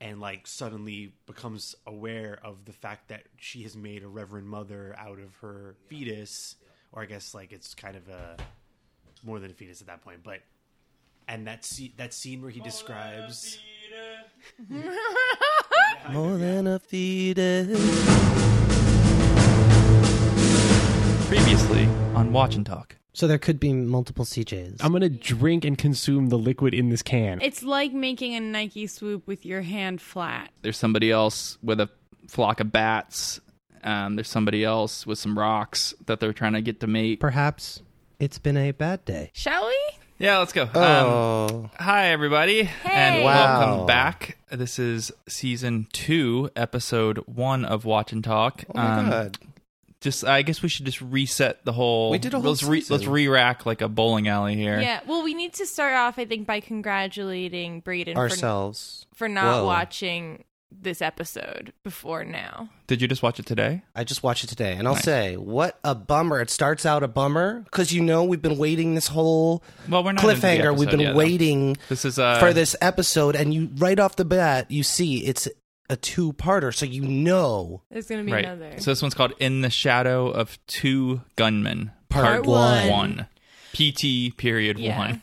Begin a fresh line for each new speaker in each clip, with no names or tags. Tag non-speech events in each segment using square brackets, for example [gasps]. and like suddenly becomes aware of the fact that she has made a reverend mother out of her fetus or i guess like it's kind of a more than a fetus at that point but and that scene that scene where he describes
More than a fetus.
Previously on Watch and Talk.
So there could be multiple CJs.
I'm gonna drink and consume the liquid in this can.
It's like making a Nike swoop with your hand flat.
There's somebody else with a flock of bats. Um, there's somebody else with some rocks that they're trying to get to mate.
Perhaps it's been a bad day.
Shall we?
Yeah, let's go. Um,
Oh,
hi, everybody, and
Hey.
Wow.
welcome back. This is season two, episode one of Watch and Talk.
oh my
Um,
god!
Just, I guess we should just reset the whole.
We did a whole
let's re,
season.
let's re-rack like a bowling alley here.
Yeah. Well, we need to start off, I think, by congratulating Braden for,
Ourselves.
for not
Whoa.
watching this episode before now.
Did you just watch it today?
I just watched it today, and I'll
Nice.
say, what a bummer! It starts out a bummer because you know we've been waiting this whole
Well, we're not into the
cliffhanger. We've
episode
been
yet, though.
waiting
This is uh,
for this episode, and you right off the bat you see it's a two-parter, so you know
There's gonna be
right.
another.
So this one's called "In the Shadow of Two Gunmen,"
Part
one.
PT period
Yeah.
one.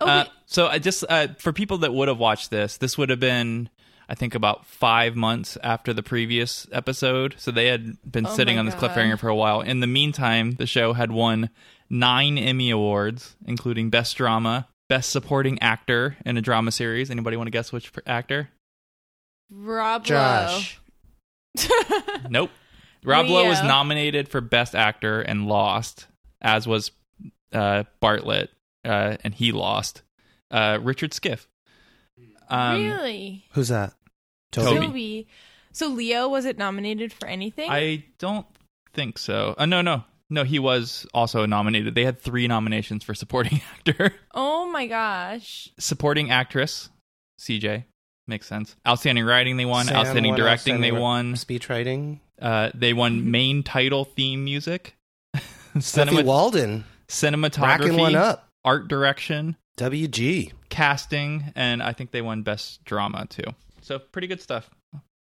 Oh,
Uh,
wait.
so I just uh, for people that would have watched this, this would have been. I think about five months after the previous episode. So they had been
Oh
sitting
my
on this
God.
cliffhanger for a while. In the meantime, the show had won nine Emmy Awards, including Best Drama, Best Supporting Actor in a Drama Series. Anybody want to guess which actor?
Rob [laughs]
Josh.
Lowe.
Nope. Rob Lowe was
Leo.
nominated for Best Actor and lost, as was uh, Bartlett, uh, and he lost. Uh, Richard Skiff. Um,
really?
Who's that?
Toby.
Toby. So Leo was it nominated for anything?
I don't think so. Uh, no, no. No, he was also nominated. They had three nominations for supporting [laughs] actor,
oh my gosh.
supporting actress, CJ. Makes sense. Outstanding writing, they won.
Sam
outstanding
won,
directing,
outstanding
they
ri-
won.
Speech writing.
Uh, they won main title theme music. [laughs]
Steffi
Cinema-
Walden
cinematography.
racking one up.
art direction,
WG.
casting, and I think they won best drama too. So pretty good stuff.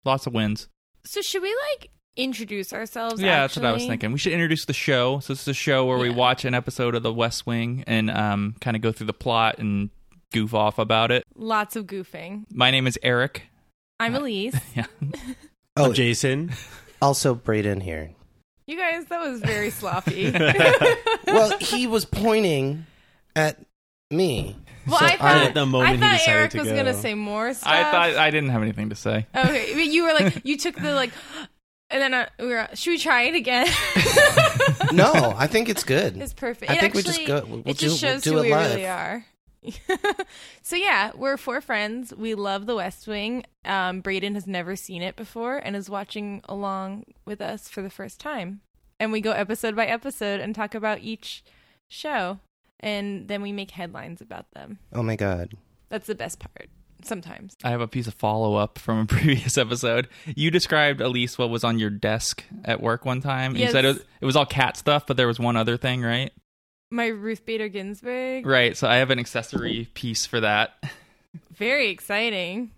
Lots of wins.
So should we like introduce ourselves?
yeah, that's what I was
actually?
thinking. We should introduce the show. So this is a show where we
Yeah.
watch an episode of The West Wing and um, kind of go through the plot and goof off about it.
Lots of goofing.
My name is Eric. [laughs]
I'm
Uh,
Elise.
Yeah.
Oh,
jason
also Braden here.
You guys, that was
[laughs]
[laughs]
very sloppy.
well, he was pointing at me.
Well,
So
I thought,
I-
At the moment
I
he
thought
decided
Eric
to
was
go.
gonna say more stuff.
I thought I didn't have anything to say.
okay, but you were like, you took the like, [gasps] and then uh, we were. Should we try
[laughs]
it again? [laughs]
No, I think it's good.
it's perfect.
I
It
think we just
actually-
go- we'll
it
do-
just
we'll
shows
do
who
it
we
live.
really are. [laughs] so yeah, we're four friends. We love The West Wing. Um, Braden has never seen it before and is watching along with us for the first time. And we go episode by episode and talk about each show, and then we make headlines about them.
Oh my god.
That's the best part. Sometimes.
I have a piece of follow up from a [laughs] previous episode. You described Elise what was on your desk at work one time. and You
Yes.
said it was, it was all cat stuff, but there was one other thing, right?
My Ruth Bader Ginsburg.
Right. So I have an accessory piece for that.
Very exciting.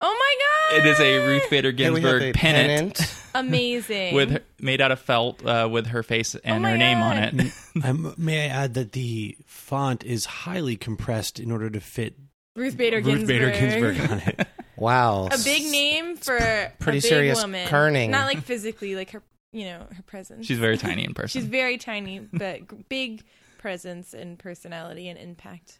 Oh my
It
god!
is a Ruth Bader
Here we have
Ginsburg
a
pennant, [laughs]
Amazing.
with her, made out of felt uh, with her face and
Oh my
her name on
God.
it.
[laughs]
[laughs]
I'm, may i add that the font is highly compressed in order to fit
Ruth Bader
ruth
Ginsburg.
bader ginsburg on it [laughs]
Wow.
A big name for a
pretty
big
serious
woman.
kerning.
Not like physically, like her, you know, her presence.
She's very tiny in person.
She's very tiny, but g- big presence and personality and impact.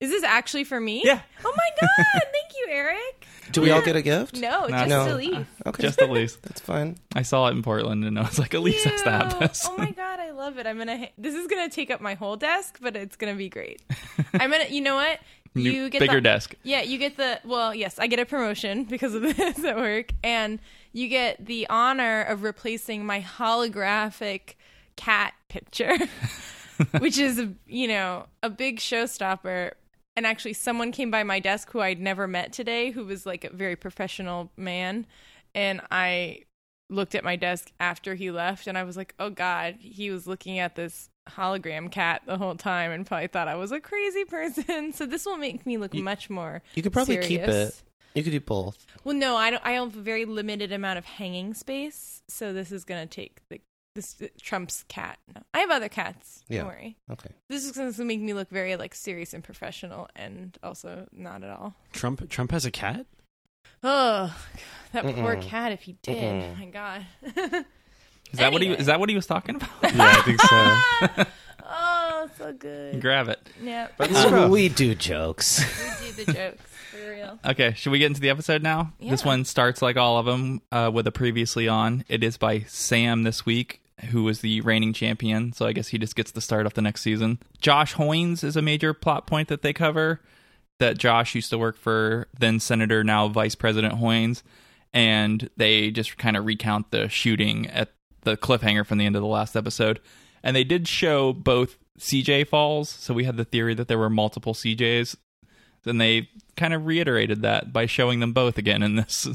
Is this actually for me?
Yeah.
Oh my god! Thank you, Eric.
Do we all get a gift?
[laughs]
No,
No,
just
no.
to leave.
Okay.
Just Elise.
That's fine.
I saw it in Portland and I was like, Elise has to have
Ew.
[laughs] this.
Oh my god, I love it. I'm gonna. ha- This is gonna take up my whole desk, but it's gonna be great. I'm gonna. You know what?
[laughs] New-
You get
bigger
the,
desk.
Yeah, you get the. Well, yes, I get a promotion because of [laughs] this at work, and you get the honor of replacing my holographic cat picture, [laughs] which is you know a big showstopper. And actually, someone came by my desk who I'd never met today, who was like a very professional man, and I looked at my desk after he left and I was like, oh God, he was looking at this hologram cat the whole time [laughs] and probably thought I was a crazy person. So this will make me look much more.
You could probably keep
serious.
You could do both.
Well, no, I don't. I have a very limited amount of hanging space, so this is gonna take the this Trump's cat. No, I have other cats.
Yeah.
Don't worry.
Okay.
This is gonna make me look very like serious and professional, and also not at all.
Trump Trump has a cat?
Oh, that poor
Mm-mm.
cat! If he did, Oh
Mm-mm.
my God. [laughs]
Is that what he
Anyway.
is that what he was talking about?
Yeah, I think so.
[laughs] oh, so good.
Grab it. [laughs]
yeah,
But
we
Um,
it's rough.
we do [laughs] jokes.
do the jokes for real.
Okay, should we get into the episode now? This
Yeah.
one starts like all of them uh, with a previously on. It is by Sam this week, who was the reigning champion. So I guess he just gets the start of the next season. Josh Hoynes is a major plot point that they cover. That Josh used to work for then Senator, now Vice President Hoynes, and they just kind of recount the shooting at the cliffhanger from the end of the last episode. And they did show both CJ falls, so we had the theory that there were multiple CJs then they kind of reiterated that by showing them both again in this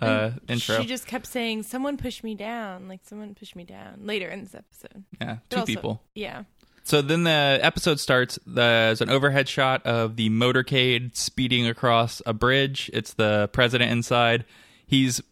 uh, intro.
Mm-hmm. She just kept saying, "Someone pushed me down." Like someone pushed me down later in this episode.
yeah,
But
two
also-
people.
Yeah.
So then the episode starts. There's an overhead shot of the motorcade speeding across a bridge. It's the president inside. He's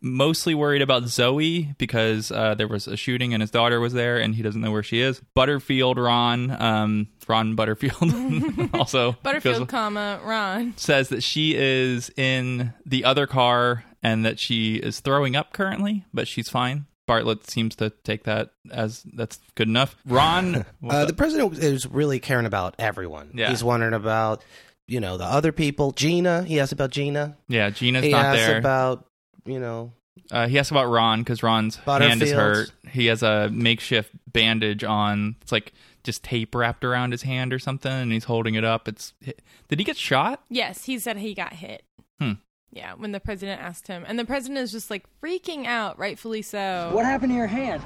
mostly worried about Zoe because uh, there was a shooting and his daughter was there, and he doesn't know where she is. Butterfield, Ron, um, Ron Butterfield, [laughs] also
[laughs] Butterfield,
goes-
comma Ron.
says that she is in the other car and that she is throwing up currently, but she's fine. Bartlett seems to take that as that's good enough. Ron,
[laughs]
what's
Uh,
up?
the president is really caring about everyone.
Yeah.
He's wondering about, you know, the other people. Gina, he asked about Gina.
yeah, Gina's
he
not
asked
there.
about, you know,
uh, he asked about Ron because Ron's hand is
Butterfield.
hurt. He has a makeshift bandage on. It's like just tape wrapped around his hand or something, and he's holding it up. It's did he get shot?
Yes, he said he got hit.
Hmm.
Yeah, when the president asked him, and the president is just like freaking out, rightfully so.
What happened to your hand?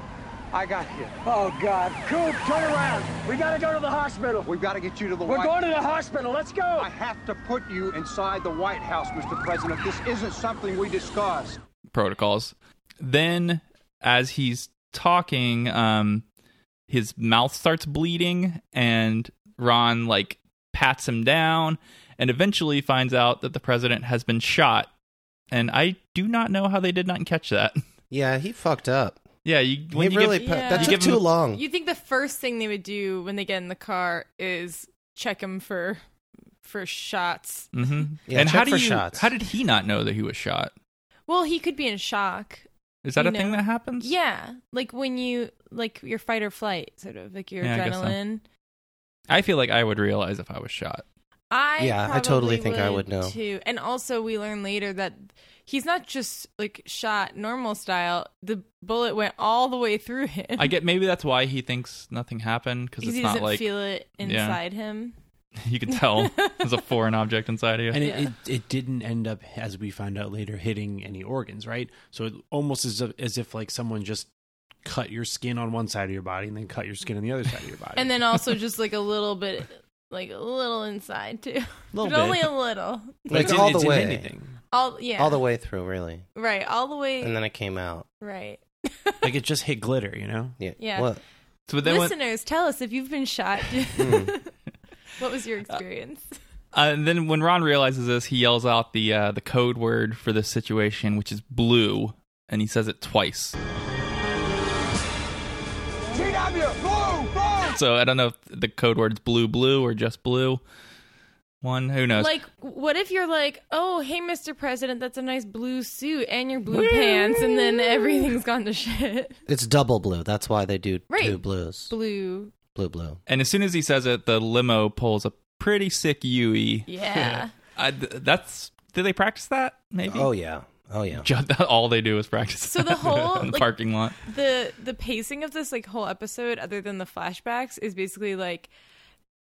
I got you.
Oh, God. Coop, turn around. We gotta go to the hospital.
We've got to get you to the
We're
White
going to the hospital. Let's go.
I have to put you inside the White House, Mr. President. This isn't something we discussed.
protocols. Then, as he's talking, um, his mouth starts bleeding, and Ron like pats him down, and eventually finds out that the president has been shot. And I do not know how they did not catch that. [laughs]
yeah, he fucked up.
yeah, you when
he
you
really,
give,
pu-
Yeah.
that
You
took
give him-
too long.
You think the first thing they would do when they get in the car is check him for for shots?
Mhm.
Yeah,
and how
check
do
for
you?
shots.
How did he not know that he was shot?
Well, he could be in shock.
Is that
You
a thing
know.
that happens?
Yeah, like when you like your fight or flight sort of like your
Yeah, I guess so.
adrenaline.
I feel like I would realize if I was shot.
I
Yeah, I totally
probably
think I would know.
too. And also, we learn later that he's not just like shot normal style. The bullet went all the way through him.
I get maybe that's why he thinks nothing happened because
because
it's
[laughs] he
not
doesn't
like
feel it
Yeah.
inside him.
[laughs] you can tell there's a foreign object inside of you.
And it, it, it didn't end up, as we found out later, hitting any organs, right? So it almost as if, as if like someone just cut your skin on one side of your body and then cut your skin on the other side of your body.
And then also just like a little bit, like a little inside too,
Little
but
bit.
only a little.
But it's
in-
all the
in
way.
anything.
All yeah,
All the way through, really.
right, all the way
And then it came out.
right. [laughs]
Like it just hit glitter, you know?
Yeah.
Yeah.
What?
So then when-
Listeners, tell us if you've been shot.
Hmm.
[laughs] what was your experience?
Uh, and then when Ron realizes this, he yells out the uh, the code word for this situation, which is blue, and he says it twice.
TW, blue, blue!
So I don't know if the code word is blue, blue, or just blue. One, who knows?
Like, what if you're like, oh, hey, Mr. President, that's a nice blue suit and your blue pants, and then everything's gone to shit. [laughs]
It's double blue. That's why they do
Right.
two blues.
Blue.
Blue, blue.
and as soon as he says it, the limo pulls a pretty sick Yui.
Yeah.
[laughs] I, th- that's did they practice that? Maybe.
Oh, yeah. Oh, yeah.
[laughs] Ju- that- all they do is practice.
So the
that
whole,
[laughs] in the
like-
parking lot.
the the pacing of this like whole episode, other than the flashbacks, is basically like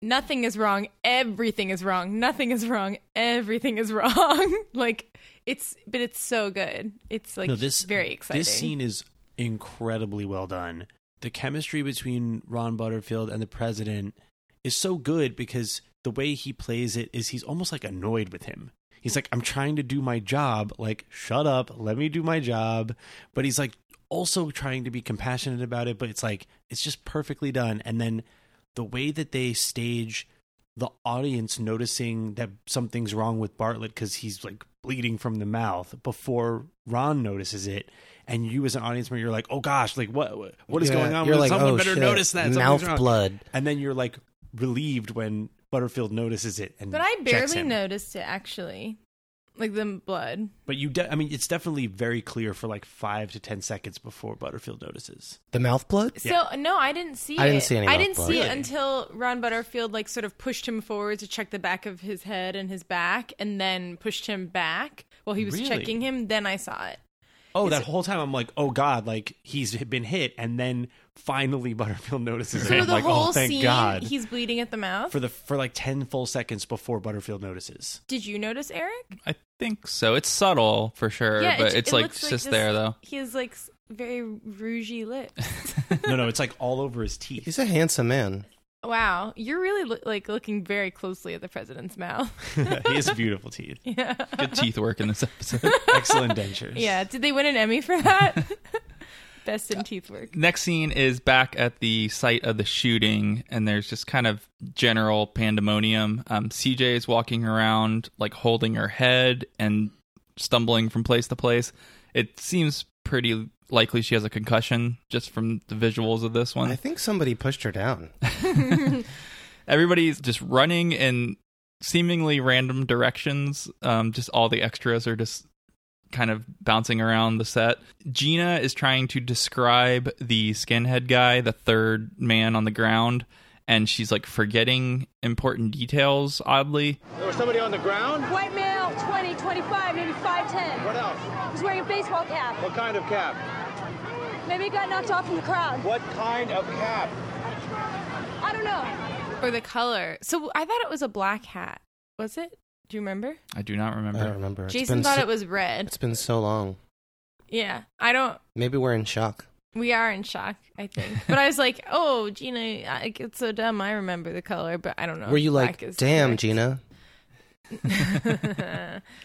nothing is wrong, everything is wrong, nothing is wrong, everything is [laughs] wrong. like it's, but it's so good. It's like
no, this
very exciting.
This scene is incredibly well done. The chemistry between Ron Butterfield and the president is so good because the way he plays it is he's almost like annoyed with him. He's like, I'm trying to do my job. Like, shut up, let me do my job. But he's like also trying to be compassionate about it. But it's like, it's just perfectly done. And then the way that they stage the audience noticing that something's wrong with Bartlett because he's like bleeding from the mouth before Ron notices it, and you as an audience member, you're like, oh gosh, like what what- what is
Yeah,
going on?
You're
Well,
like,
Someone
oh,
better
shit,
notice that something's
mouth
wrong."
blood.
and then you're like relieved when Butterfield notices it. And
But I
checks
barely
him.
noticed it actually, like the blood.
But you, de- I mean, it's definitely very clear for like five to ten seconds before Butterfield notices.
The mouth blood?
So no, I didn't see.
I
it.
didn't see any
I
mouth
didn't
blood.
see
Really?
it until Ron Butterfield like sort of pushed him forward to check the back of his head and his back, and then pushed him back while he was
Really?
checking him. Then I saw it.
Oh, that whole time I'm like, oh god, like he's been hit, and then finally [laughs] Butterfield notices.
So
it.
the
I'm like,
whole
oh, thank
scene,
God.
he's bleeding at the mouth.
for the for like ten full seconds before Butterfield
[laughs]
notices.
Did you notice Eric?
I think so. It's subtle for sure, but it's,
it
like
looks
just
this-
there though.
He has like s- very rougey lips.
[laughs]
No, no, it's like all over his teeth.
He's a handsome man.
wow, you're really loo- like looking very closely at the president's mouth. [laughs]
[laughs] he has beautiful teeth,
yeah.
[laughs] Good teeth work in this episode.
excellent dentures.
Yeah, did they win an Emmy for that? [laughs] Best in teeth work.
[laughs] Next scene is back at the site of the shooting, and there's just kind of general pandemonium. Um, CJ is walking around, like holding her head and stumbling from place to place. It seems pretty likely she has a concussion just from the visuals of this one.
I think somebody pushed her down.
everybody's just running in seemingly random directions. Um, just all the extras are just kind of bouncing around the set. Gina is trying to describe the skinhead guy, the third man on the ground, and she's like forgetting important details, oddly.
There was somebody on the ground?
White male, 20, 25, maybe 5'10.
What else?
He's wearing a baseball cap.
What kind of cap?
Maybe he got knocked off in the crowd.
What kind of cap?
I don't know.
Or the color. So I thought it was a black hat. Was it? Do you remember?
I do not
I
remember.
don't remember. It's
Jason
been
thought
so-
it was red.
It's been so long.
Yeah. I don't
Maybe we're in shock.
we are in shock, I think. But I was like, [laughs] "Oh, Gina, I get so dumb. I remember the color, but I don't know."
Were you
Black
like,
is
damn,
correct."
Gina?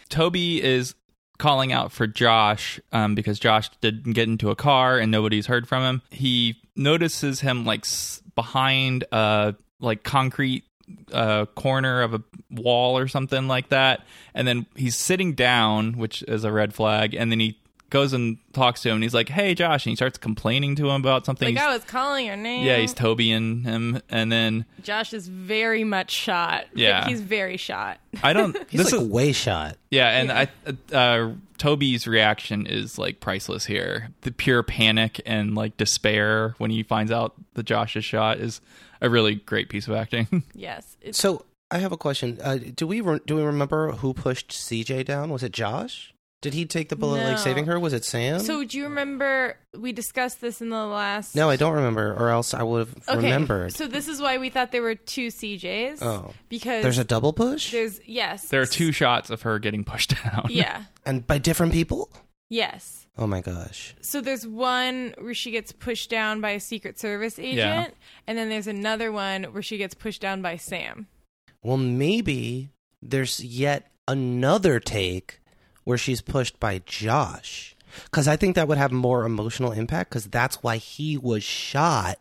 Toby is calling out for Josh um, because Josh didn't get into a car and nobody's heard from him. He notices him like s- behind a like concrete uh, corner of a wall or something like that, and then he's sitting down, which is a red flag. And then he goes and talks to him. and He's like, "Hey, Josh," and he starts complaining to him about something.
Like oh,
He's-
I was calling your name.
yeah, he's Toby and him, and then
Josh is very much shot.
Yeah.
Like, he's very shot. [laughs]
I don't.
He's
this
like
is
way shot.
Yeah, and I uh, Toby's reaction is like priceless here. The pure panic and like despair when he finds out that Josh is shot is a really great piece of acting. [laughs]
Yes. It's,
So I have a question. Uh, do we re- do we remember who pushed CJ down? Was it Josh? Did he take the bullet like
No.
saving her? Was it Sam?
so do you remember we discussed this in the last
no, I don't remember, or else I would have remembered.
So this is why we thought there were two CJs.
Oh.
because
There's a double push,
there's yes.
there are two shots of her getting pushed down.
Yeah.
and by different people.
Yes.
Oh my gosh!
So there's one where she gets pushed down by a Secret Service agent,
Yeah.
and then there's another one where she gets pushed down by Sam.
Well, maybe there's yet another take where she's pushed by Josh, because I think that would have more emotional impact. Because that's why he was shot,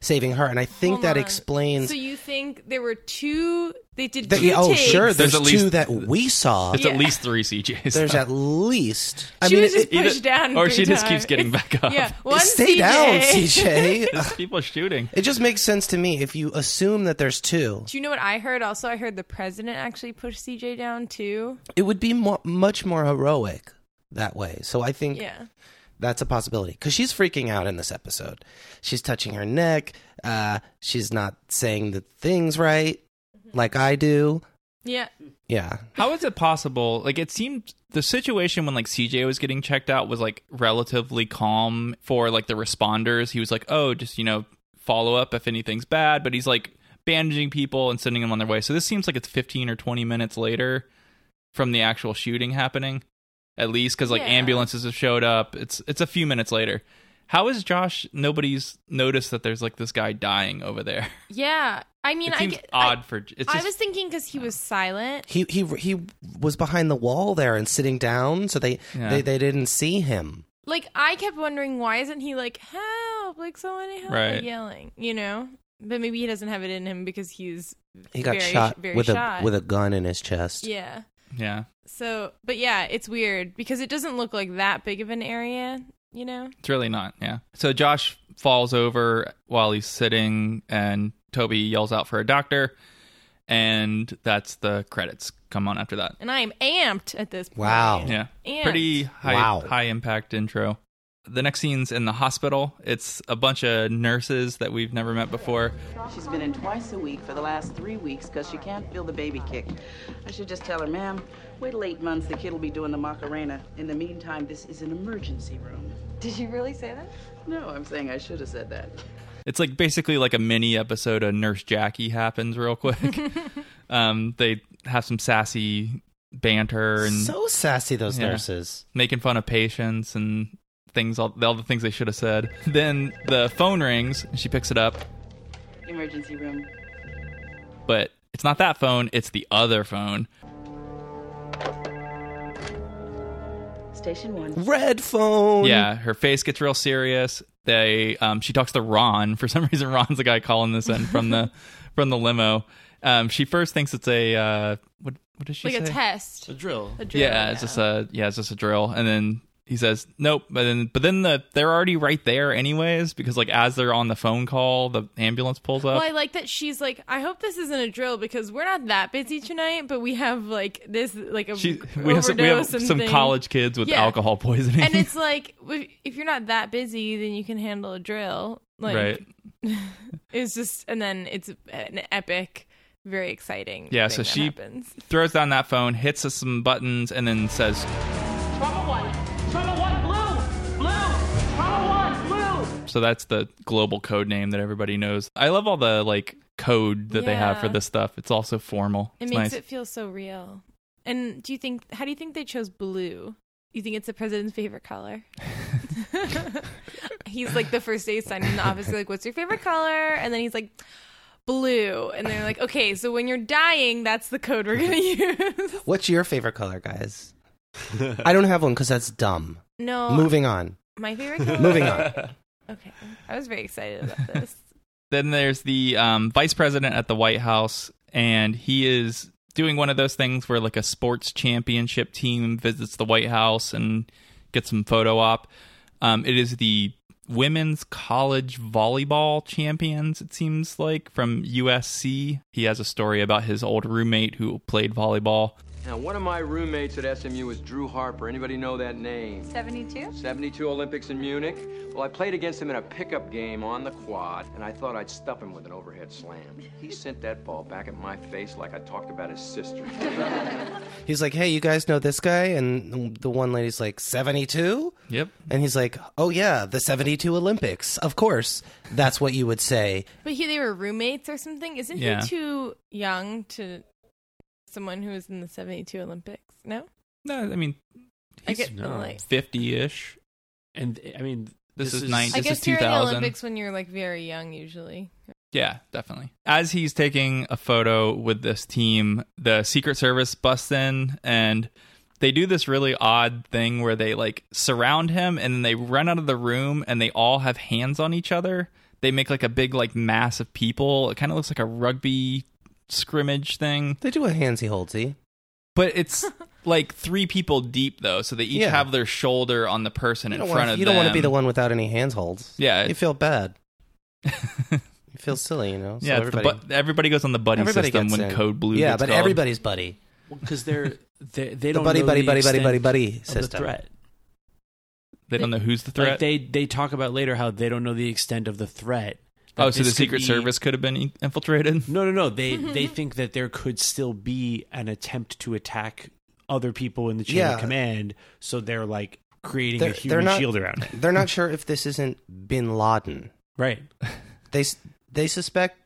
saving her, and I think
Hold
that
on.
explains.
So you think there were two? They did.
that-
two
oh,
takes.
sure. There's,
There's at
two
least-
that we saw.
[laughs] It's
Yeah.
at least three CJs.
There's
[laughs] though.
at least. I
She
mean,
was just
it-
Either-
pushed down,
or
three
she just
times.
keeps getting back [laughs] up.
[laughs] Yeah, one
stay
CJ.
down,
[laughs]
CJ.
There's [laughs] people shooting.
it just makes sense to me if you assume that there's two.
Do you know what I heard? Also, I heard the president actually pushed CJ down too.
It would be mo much more heroic that way. So I think
Yeah.
that's a possibility because she's freaking out in this episode. She's touching her neck. Uh, she's not saying the things right,
Mm-hmm.
like I do.
Yeah.
Yeah,
How is it possible? Like it seemed the situation when like CJ was getting checked out was like relatively calm for like the responders. He was like, "Oh, just, you know, follow up if anything's bad," but he's like bandaging people and sending them on their way. So this seems like it's 15 or 20 minutes later from the actual shooting happening. At least cuz like
Yeah.
ambulances have showed up. It's it's a few minutes later. How is Josh nobody's noticed that there's like this guy dying over there?
Yeah. I mean,
It seems
I get,
odd
I,
for it's
I
just
was thinking because he was silent.
he he he was behind the wall there and sitting down, so they
Yeah.
they, they didn't see him.
Like I kept wondering why isn't he like help? Like someone help
Right.
yelling, you know? but maybe he doesn't have it in him because he's
He got
very,
shot
very
with
shot.
a with a gun in his chest.
yeah.
Yeah.
So, but yeah, it's weird because it doesn't look like that big of an area, you know?
It's really not. Yeah. So Josh falls over while he's sitting, and Toby yells out for a doctor, and that's the credits come on after that.
And I am amped at this point.
Wow.
Yeah.
And-
Pretty high
Wow.
high impact intro. The next scene's in the hospital. It's a bunch of nurses that we've never met before.
She's been in twice a week for the last three weeks because she can't feel the baby kick. I should just tell her, ma'am, wait till eight months. The kid'll be doing the Macarena. In the meantime, this is an emergency room.
Did you really say that?
No, I'm saying I should have said that.
It's like basically like a mini episode of Nurse Jackie happens real quick. um, they have some sassy banter and
So sassy those
Yeah.
nurses.
making fun of patients and things all, all the things they should have said. Then the phone rings. and She picks it up,
Emergency room.
but it's not that phone. It's the other phone.
Station one.
Red phone.
Yeah, her face gets real serious. They um, she talks to Ron [laughs] for some reason. Ron's the guy calling this in from the from the limo. Um, she first thinks it's a uh, what what does she
Like
say?
a test.
The drill.
A drill,
Yeah, it's just a yeah, it's just a drill. And then he says nope, but then but then the they're already right there anyways because like as they're on the phone call, the ambulance pulls up.
Well, I like that she's like, I hope this isn't a drill because we're not that busy tonight, but we have like this, like a [laughs]
She, we have
overdose
some, we have
and
some
thing."
college kids with
Yeah.
alcohol poisoning. [laughs]
And it's like, if if you're not that busy, then you can handle a drill. Like,
right.
it's just, and then it's an epic, very exciting.
Yeah,
thing
so
that
she-
happens.
Throws down that phone, hits us some buttons, and then says
Trauma one. Trauma one blue. Blue. Trauma one blue.
so that's the global code name that everybody knows. I love all the like code that they have
Yeah.
for this stuff. It's also formal.
It
it's
makes
nice.
it feel so real. And do you think? How do you think they chose blue? You think it's the president's favorite
[laughs]
color? he's like the first day he's signing in the office. They're like, "What's your favorite color?" And then he's like, "Blue." And they're like, "Okay, so when you're dying, that's the code we're gonna [laughs] use."
What's your favorite color, guys? I don't have one because that's dumb.
No,
Moving on. [laughs]
my favorite color.
Moving on.
Okay, I was very excited about
[laughs]
this.
then there's the um, vice president at the White House, and he is doing one of those things where like a sports championship team visits the White House and gets some photo op. Um, it is the women's college volleyball champions. It seems like from USC. He has a story about his old roommate who played volleyball.
Now, one of my roommates at SMU is Drew Harper. Anybody know that name?
72?
72 Olympics in Munich. Well, I played against him in a pickup game on the quad, and I thought I'd stuff him with an overhead slam. He sent that ball back at my face like I talked about his sister.
He's like, hey, you guys know this guy? And the one lady's like, 72?
Yep.
And he's like, oh, yeah, the 72 Olympics. Of course. That's what you would say.
But he, they were roommates or something. Isn't
Yeah.
he too young to someone who was in the seventy-two Olympics? No,
No, I mean
I
He's-
get the
no.
like.
fifty ish.
And I mean,
This
this
is nine-
[laughs]
I
This
guess
is
you're in the
2000.
Olympics when you're like very
[laughs]
young, usually.
Yeah, definitely. As he's taking a photo with this team, the Secret Service busts in and they do this really odd thing where they like surround him and then they run out of the room and they all have hands on each other. They make like a big like mass of people. It kind of looks like a rugby scrimmage thing,
They do a handsy holdsy.
but
[laughs]
it's like three people deep though, so they each
Yeah.
have their shoulder on the person
You
in
don't,
front
want,
of
you don't want to
them.
be the one without any hands holds.
Yeah.
You feel
[laughs]
bad. you feel silly, you know? So
yeah, everybody,
everybody,
the bu- everybody goes on the buddy
everybody
system
gets
when
in.
Code Blue.
Yeah,
gets
but
called.
everybody's buddy.
because they're they, they don't
buddy,
know
buddy,
the
buddy, buddy, buddy,
extent
buddy
of the
system.
threat.
they don't know who's the threat.
Like they they talk about later how they don't know the extent of the threat.
Oh,
That
so the
this could
Secret
be-
Service could have been in- infiltrated? [laughs]
No, no, no. They they think that there could still be an attempt to attack other people in the chain
Yeah.
of command. So they're like creating
They're-
a
they're
human
not-
shield around it.
They're not sure if this isn't Bin Laden.
Right
They, s- they suspect.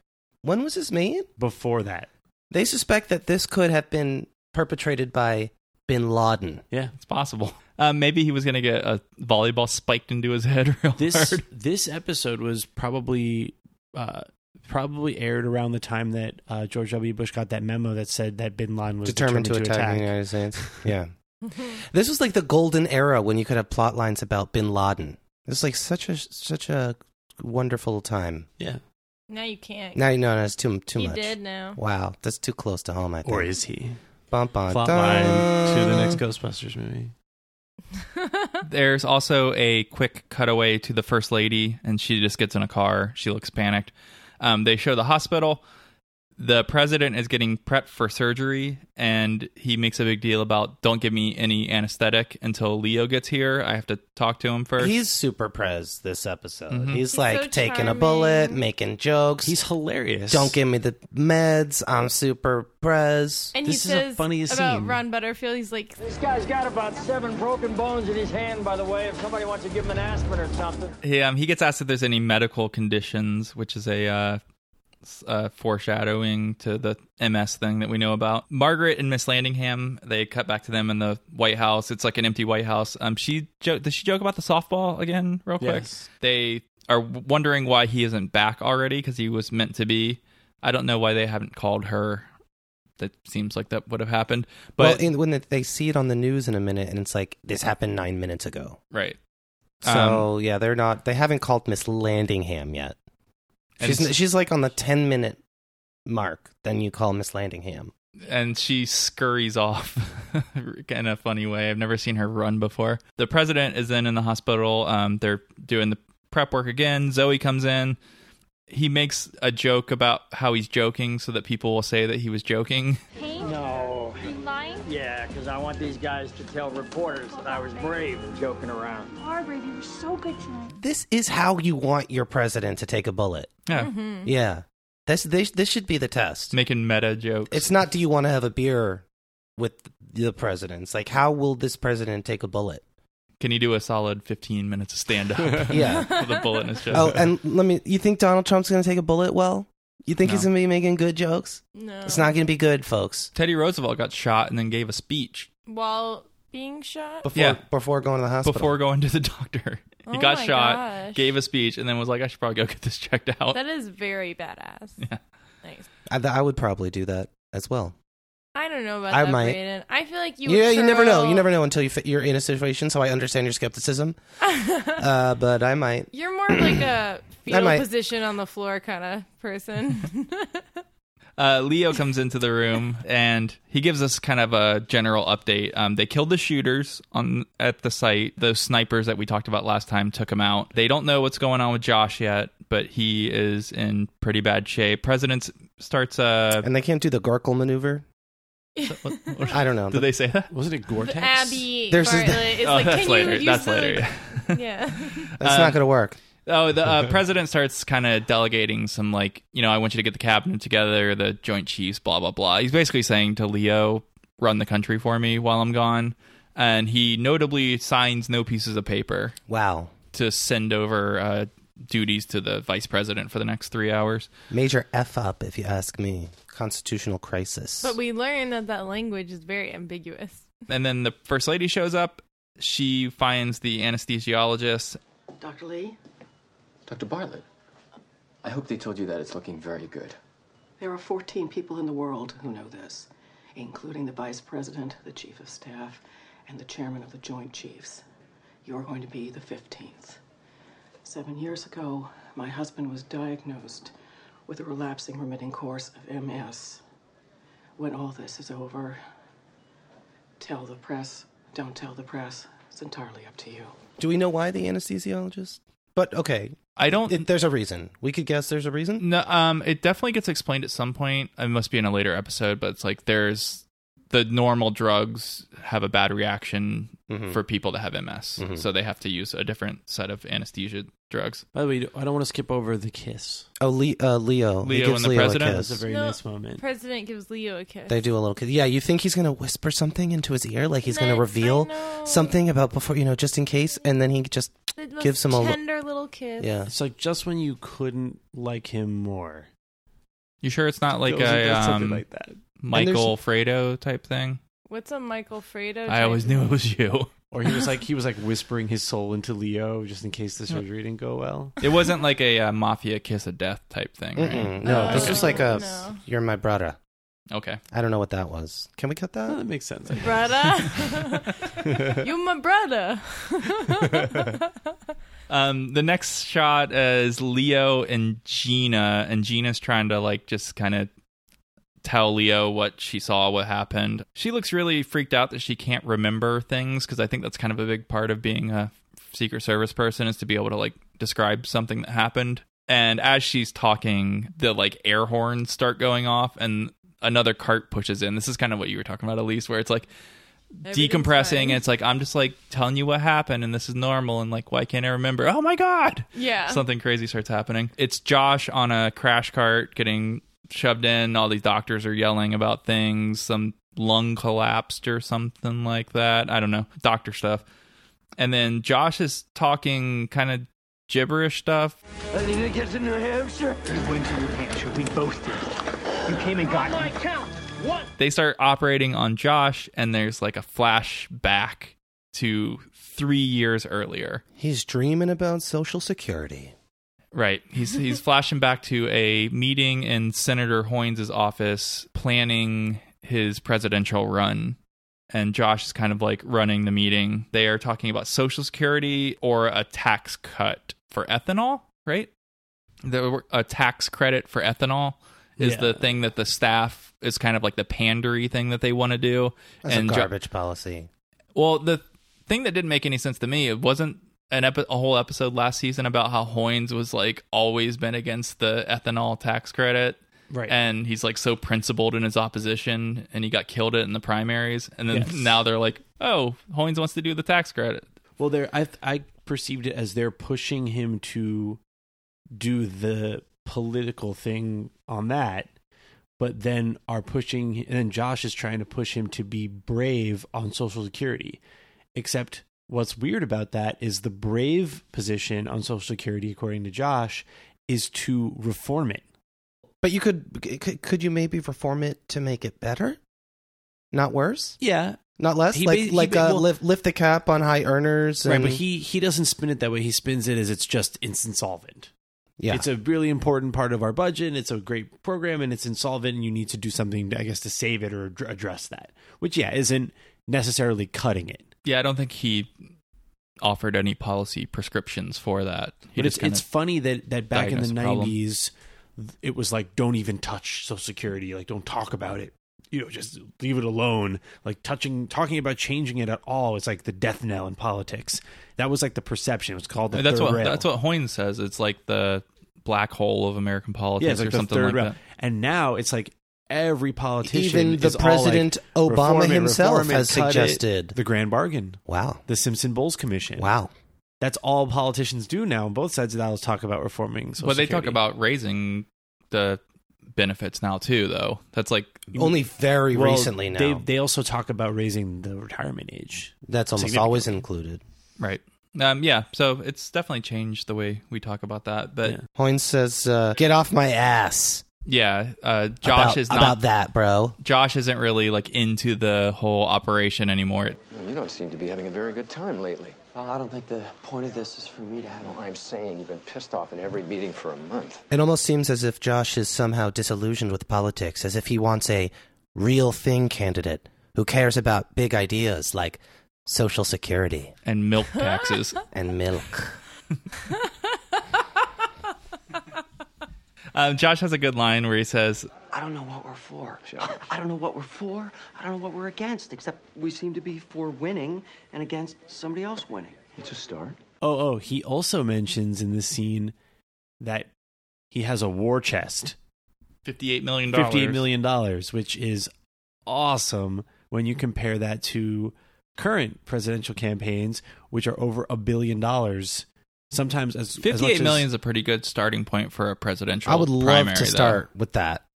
When was this made?
before that.
They suspect that this could have been perpetrated by Bin Laden.
Yeah. [laughs]
It's possible. Uh, maybe he was going to get a volleyball spiked into his head [laughs] real
This
hard.
this episode was probably uh, probably aired around the time that uh, George W. Bush got that memo that said that Bin Laden was
determined, to, attack, the
[laughs]
United States. Yeah. this was like the golden era when you could have plot lines about Bin Laden. It was like such a such a wonderful time.
Yeah.
Now you can't.
No, no, that's too too
you
much.
did now.
Wow, that's too close to home. I think.
Or is he?
Bum, bum,
Plot
dum.
line to the next Ghostbusters movie.
There's also a quick cutaway to the first lady, and she just gets in a car. She looks panicked. Um, they show the hospital. The president is getting prepped for surgery, and he makes a big deal about don't give me any anesthetic until Leo gets here. I have to talk to him first.
He's super prez this episode. He's,
He's
like
so
taking a
charming.
bullet, making jokes.
Mm-hmm. He's hilarious.
don't give me the meds. I'm super prez.
[laughs] And
This
he
is the
says
funniest
about
scene.
Ron Butterfield. He's like,
This guy's got about seven broken bones in his hand, by the way, if somebody wants to give him an aspirin or something.
He, um, he gets asked if there's any medical conditions, which is a uh, s- uh, foreshadowing to the MS thing that we know about. Margaret and Miss Landingham, they cut back to them in the White House. It's like an empty White House. Um, she jo- does she joke about the softball again, real quick?
Yes.
They are w- wondering why he isn't back already because he was meant to be. I don't know why they haven't called her. That seems like that would have happened, but
well, and when they see it on the news in a minute, and it's like this happened nine minutes ago.
right.
So
Um,
yeah, they're not. They haven't called Miss Landingham yet.
And
She's
it's-
she's like on the ten minute mark. Then you call Miss Landingham.
and she scurries off [laughs] in a funny way. I've never seen her run before. The president is then in the hospital. Um, they're doing the prep work again. Zoe comes in. He makes a joke about how he's joking so that people will say that he was joking. [laughs]
Pain?
No.
Lying?
Yeah, because I want these guys to tell reporters that I was brave and joking around.
Hargrave, you were so good tonight.
This is how you want your president to take a bullet.
Yeah,
Mm-hmm.
Yeah, this this this should be the test.
making meta jokes.
It's not. Do you want to have a beer with the president? It's like how will this president take a
[laughs]
bullet?
Can you do a solid 15 minutes of stand [laughs] up
Yeah.
with a bullet in his chest?
oh, and let me. You think Donald Trump's going to take a bullet? Well, you think he's
No.
going to be making good jokes?
no.
It's not going to be good, folks.
Teddy Roosevelt got shot and then gave a speech
While being shot.
Before
Yeah.
before going to the hospital.
before going to the [laughs] doctor. He
Oh
got
my
shot,
gosh.
gave a speech, and then was like, I should probably go get this checked out.
That is very badass.
[laughs] Yeah.
Nice.
I, th- I would probably do that as well.
I don't know about
I
that,
might.
Brayden. I feel like you.
yeah,
were
you never know.
cruel.
You never know until you fi- you're in a situation. So I understand your skepticism,
[laughs]
uh, but I might.
You're more
[clears throat]
of like a fetal
might.
position on the floor kind of [laughs] person.
uh, Leo comes into the room and he gives us kind of a general update. Um, they killed the shooters on at the site. Those snipers that we talked about last time took him out. They don't know what's going on with Josh yet, but he is in pretty bad shape. President starts. Uh,
And they can't do the Garkle maneuver. I don't know.
did they say that?
Wasn't it Gore-Tex?
Abby
There's this-
Bartlett
[laughs]
is
oh,
like,
that's
can
later.
you use
that's
the,
later.
Yeah.
That's
uh,
not going to work.
Oh, the uh, president starts kind of delegating some, like, you know, I want you to get the cabinet together, the joint chiefs, blah, blah, blah. He's basically saying to Leo, run the country for me while I'm gone. And he notably signs no pieces of paper
Wow,
to send over uh, duties to the vice president for the next three hours.
major f up if you ask me. Constitutional crisis.
But we learned that that language is very ambiguous.
And then the first lady shows up. She finds the anesthesiologist.
Dr. Lee,
Dr. Bartlett, I hope they told you that it's looking very good.
there are 14 people in the world who know this, including the vice president, the chief of staff, and the chairman of the joint chiefs. You're going to be the 15th. Seven years ago, my husband was diagnosed with a relapsing remitting course of MS. When all this is over, tell the press, don't tell the press. It's entirely up to you.
do we know why the anesthesiologist? But okay,
I don't.
it, there's a reason. We could guess there's a reason.
No, um, it definitely gets explained at some point. It must be in a later episode, but it's like there's the normal drugs have a bad reaction for people that have MS, so they have to use a different set of anesthesia drugs.
By the way, I don't want to skip over the kiss.
Oh, Le- uh, Leo. He
Leo
gives
and the
Leo a
president?
kiss.
That's a very
No.
nice moment.
President gives Leo a kiss.
They do a little kiss. Yeah, you think he's going to whisper something into his ear, like he's going
Next,
to
I
reveal
know.
something about before, you know, just in case, and then he just
The most
gives him a look.
tender little kiss.
Yeah.
It's like just when you couldn't like him more.
You sure it's not like
It was- it
a
was something
um,
like that.
Michael Fredo type thing?
What's a Michael Fredo?
I always knew it was you. [laughs]
Or he was like he was like whispering his soul into Leo just in case
[laughs]
the surgery didn't go well.
It wasn't like a uh, mafia kiss of death type thing, right?
Mm-mm. No,
Uh,
this was like a
no.
"You're my brother."
Okay.
I don't know what that was. Can we cut
Oh,
that?
that makes sense. I
[laughs]
[laughs]
[laughs]
brother. you my brother.
Um, the next shot is Leo and Gina, and Gina's trying to like just kind of tell Leo what she saw, what happened. She looks really freaked out that she can't remember things because I think that's kind of a big part of being a Secret Service person is to be able to like describe something that happened. And as she's talking, the like air horns start going off, and another cart pushes in. This is kind of what you were talking about, Elise, where it's like
Everything's
decompressing.
fine.
and It's like I'm just like telling you what happened, and this is normal. And like, why can't I remember? Oh my god!
Yeah.
something crazy starts happening. It's Josh on a crash cart getting shoved in. All these doctors are yelling about things. Some lung collapsed or something like that. I don't know. Doctor stuff. And then Josh is talking kind of gibberish stuff.
Alina gets in New Hampshire.
my count. One.
They start operating on Josh, and there's like a flashback to three years earlier.
He's dreaming about Social Security.
Right. He's he's flashing back to a meeting in Senator Hoynes' office planning his presidential run. And Josh is kind of like running the meeting. They are talking about Social Security or a tax cut for ethanol, right? The, a tax credit for ethanol is the thing that the staff is kind of like the pandery thing that they want to do.
That's a
Jo-
garbage policy.
well, the thing that didn't make any sense to me, it wasn't an epi- a whole episode last season about how Hoynes was like always been against the ethanol tax credit.
Right.
And he's like so principled in his opposition and he got killed it in the primaries. And then
Yes.
now they're like, oh, Hoynes wants to do the tax credit.
Well, they're I I perceived it as they're pushing him to do the political thing on that, but then are pushing and then Josh is trying to push him to be brave on Social Security. Except what's weird about that is the brave position on Social Security, according to Josh, is to reform it.
But you could, c- could could you maybe reform it to make it better, not worse,
Yeah,
not less?
He
like
ba- he
like
ba-
uh,
well-
lift lift the cap on high earners.
right.
and-
But he he doesn't spin it that way. He spins it as it's just it's insolvent.
yeah.
It's a really important part of our budget. And it's a great program and it's insolvent and you need to do something, I guess, to save it or ad- address that, which, yeah, isn't necessarily cutting it.
Yeah, I don't think he offered any policy prescriptions for that. He
But it's,
just kind
it's
of,
funny that, that back in the
diagnosed the problem.
90s, th- it was like, don't even touch Social Security. Like, don't talk about it. You know, just leave it alone. Like touching, talking about changing it at all is like the death knell in politics. That was like the perception. It was called the
that's
third
what
rail.
that's what Hoynes says. It's like the black hole of American politics
yeah, it's like
or
the
something
third
like
rail.
that.
And now it's like every politician,
Even the
is all like,
President Obama
reform it,
himself
reform it,
has
cut it.
suggested-
the grand bargain,
wow,
the Simpson Bowles Commission.
wow.
that's all politicians do now. On both sides of the aisle talk about reforming. Social
Well, they
Security.
talk about raising the benefits now too, though. That's like
Only very
Well,
recently now.
They they also talk about raising the retirement age.
That's almost
significant.
always included.
right. Um, yeah. So it's definitely changed the way we talk about that. But yeah,
Yeah.
Hoynes says, uh, "Get off my ass."
uh, Josh
about,
is not.
about that, bro.
Josh isn't really like into the whole operation anymore.
You don't seem to be having a very good time lately.
Well, I don't think the point of this is for me to have
Well, I'm saying you've been pissed off in every meeting for a month.
It almost seems as if Josh is somehow disillusioned with politics, as if he wants a real thing candidate who cares about big ideas like social security
And
[laughs]
milk taxes.
and milk.
um, Josh has a good line where he says,
I don't know what we're for. [laughs] I don't know what we're for. I don't know what we're against, except we seem to be for winning and against somebody else winning.
It's a start.
Oh oh, he also mentions in this scene that he has a war chest.
"58 million dollars."
Fifty-eight million dollars, which is awesome when you compare that to current presidential campaigns, which are over a billion dollars. Sometimes as as much
Fifty-eight
as-
million is a pretty good starting point for a presidential.
I would love
primary,
to
though.
start with that.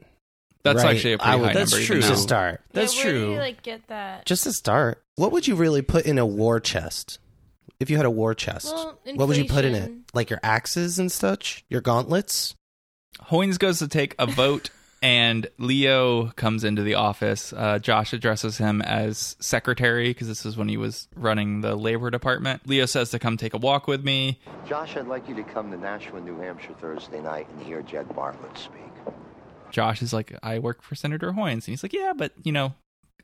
That's
right?
actually a pretty
I would-
high
that's
number.
true.
Even
To
now.
Just
start,
That's
yeah, where Do
true.
you, like get that?
just to start, what would you really put in a war chest? If you had a war chest,
Well,
what would you put in it?
inflation.
Like your axes and such, your gauntlets.
Hoynes goes to take
[laughs]
a vote, and Leo comes into the office. Uh, Josh addresses him as secretary because this is when he was running the labor department. Leo says to come take a walk with me.
Josh, I'd like you to come to Nashua, New Hampshire Thursday night and hear Jed Bartlett speak.
Josh is like, I work for Senator Hoynes. And he's like, Yeah, but you know,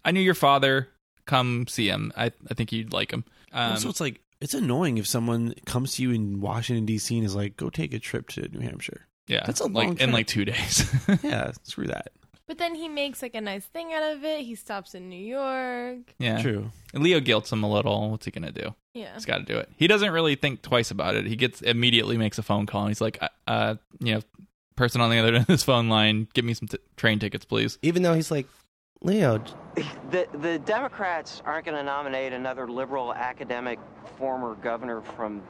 I knew your father. Come see him. I, I think you'd like him. Um,
also, it's like It's annoying if someone comes to you in Washington D.C. and is like, "Go take a trip to New Hampshire."
Yeah,
that's a long
like in
trip.
like two days. [laughs]
yeah, screw that.
But then he makes like a nice thing out of it. He stops in New York.
yeah,
True.
And Leo guilts him a little. What's he gonna do?
Yeah.
He's got to do it. He doesn't really think twice about it. He gets immediately makes a phone call. And he's like, uh, uh, you know, person on the other [laughs] end of this phone line, give me some t- train tickets, please.
Even though he's like, Leo,
The, the Democrats aren't going to nominate another liberal academic former governor from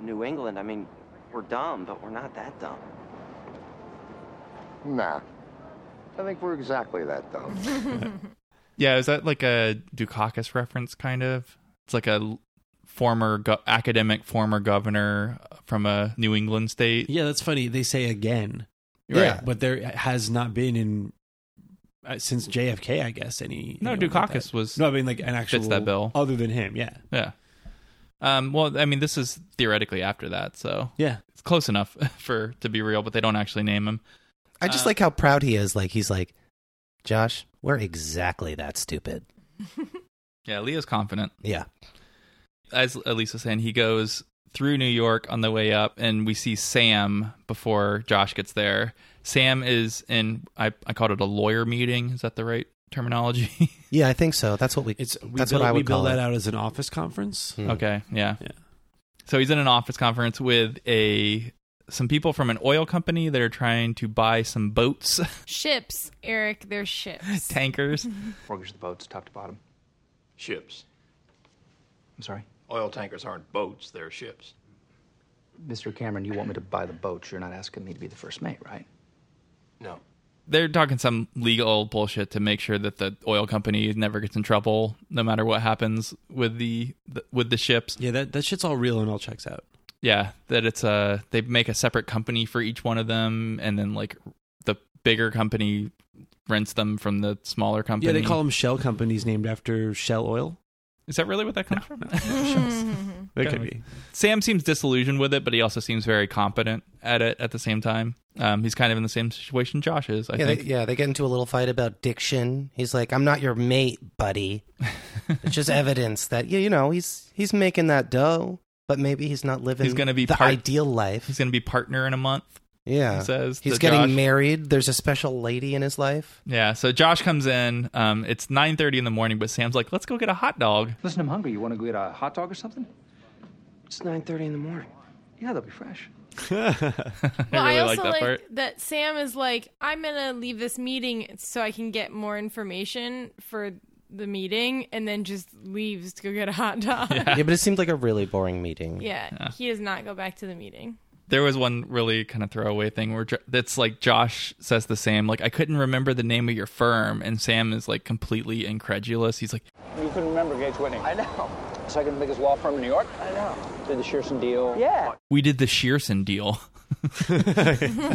New England. I mean, we're dumb, but we're not that dumb.
Nah. I think we're exactly that dumb.
Yeah, is that like a Dukakis reference? Kind of. It's like a l- former go- academic, former governor from a New England state.
Yeah, that's funny. They say again.
Right.
but there has not been in uh, since JFK, I guess. Any
No,
anyone like
Dukakis
that.
was-
no. I mean, like an actual
that bill.
other than him. Yeah,
Yeah. Um, well, I mean, this is theoretically after that, so
yeah.
it's close enough [laughs] for to be real, but they don't actually name him.
I just
Uh,
like how proud he is. Like he's like, Josh, we're exactly that stupid.
Yeah, Leo's confident.
Yeah.
As Elisa's saying, he goes through New York on the way up, and we see Sam before Josh gets there. Sam is in, I, I called it a lawyer meeting. Is that the right terminology? [laughs]
Yeah, I think so. That's what we.
It's we
that's
build,
what I
we
would
build
call
that
it.
out as an office conference.
Hmm.
okay, yeah.
Yeah.
So he's in an office conference with a some people from an oil company that are trying to buy some boats, [laughs]
Ships, Eric, they're ships.
tankers.
Mortgage the boats, top to bottom.
Ships.
I'm sorry.
Oil tankers aren't boats, they're ships.
Mr. Cameron, you want me to buy the boats. You're not asking me to be the first mate, right?
No.
They're talking some legal bullshit to make sure that the oil company never gets in trouble, no matter what happens with the, the with the ships.
Yeah, that that shit's all real and all checks out.
Yeah, that it's a they make a separate company for each one of them, and then like the bigger company rents them from the smaller company.
Yeah, they call them shell companies named after Shell Oil.
Is that really what that comes from?
Mm-hmm.
That
Okay.
could be. [laughs]
Sam seems disillusioned with it, but he also seems very competent at it. At the same time, um, he's kind of in the same situation Josh is. I
yeah, they,
think.
yeah, they get into a little fight about diction. He's like, "I'm not your mate,
[laughs]
buddy." it's just evidence that yeah, you know, he's he's making that dough, but maybe he's not living.
He's gonna be
the
part-
ideal life.
He's going to be partner in a month.
Yeah,
he says
he's
to
getting
Josh.
married. There's a special lady in his life.
Yeah, so Josh comes in. Um, it's 9.30 in the morning, but Sam's like, let's go get a hot dog. [laughs]
Listen, I'm hungry. You want to go get a hot dog or something?
It's 9.30 in the morning.
Yeah, they'll be fresh.
I really
I
like
also
that
like
part.
that Sam is like, I'm gonna leave this meeting so I can get more information for the meeting, and then just leaves to go get a hot dog. Yeah, [laughs]
Yeah. but it seemed like a really boring meeting.
he does not go back to the meeting.
There was one really kind of throwaway thing where Jo- that's like Josh says to Sam, like, I couldn't remember the name of your firm. And Sam is like completely incredulous. He's like,
You couldn't remember Gates Whitney. I know. Second biggest law firm in New York. I know. Did the Shearson deal. Yeah.
we did the Shearson deal. [laughs]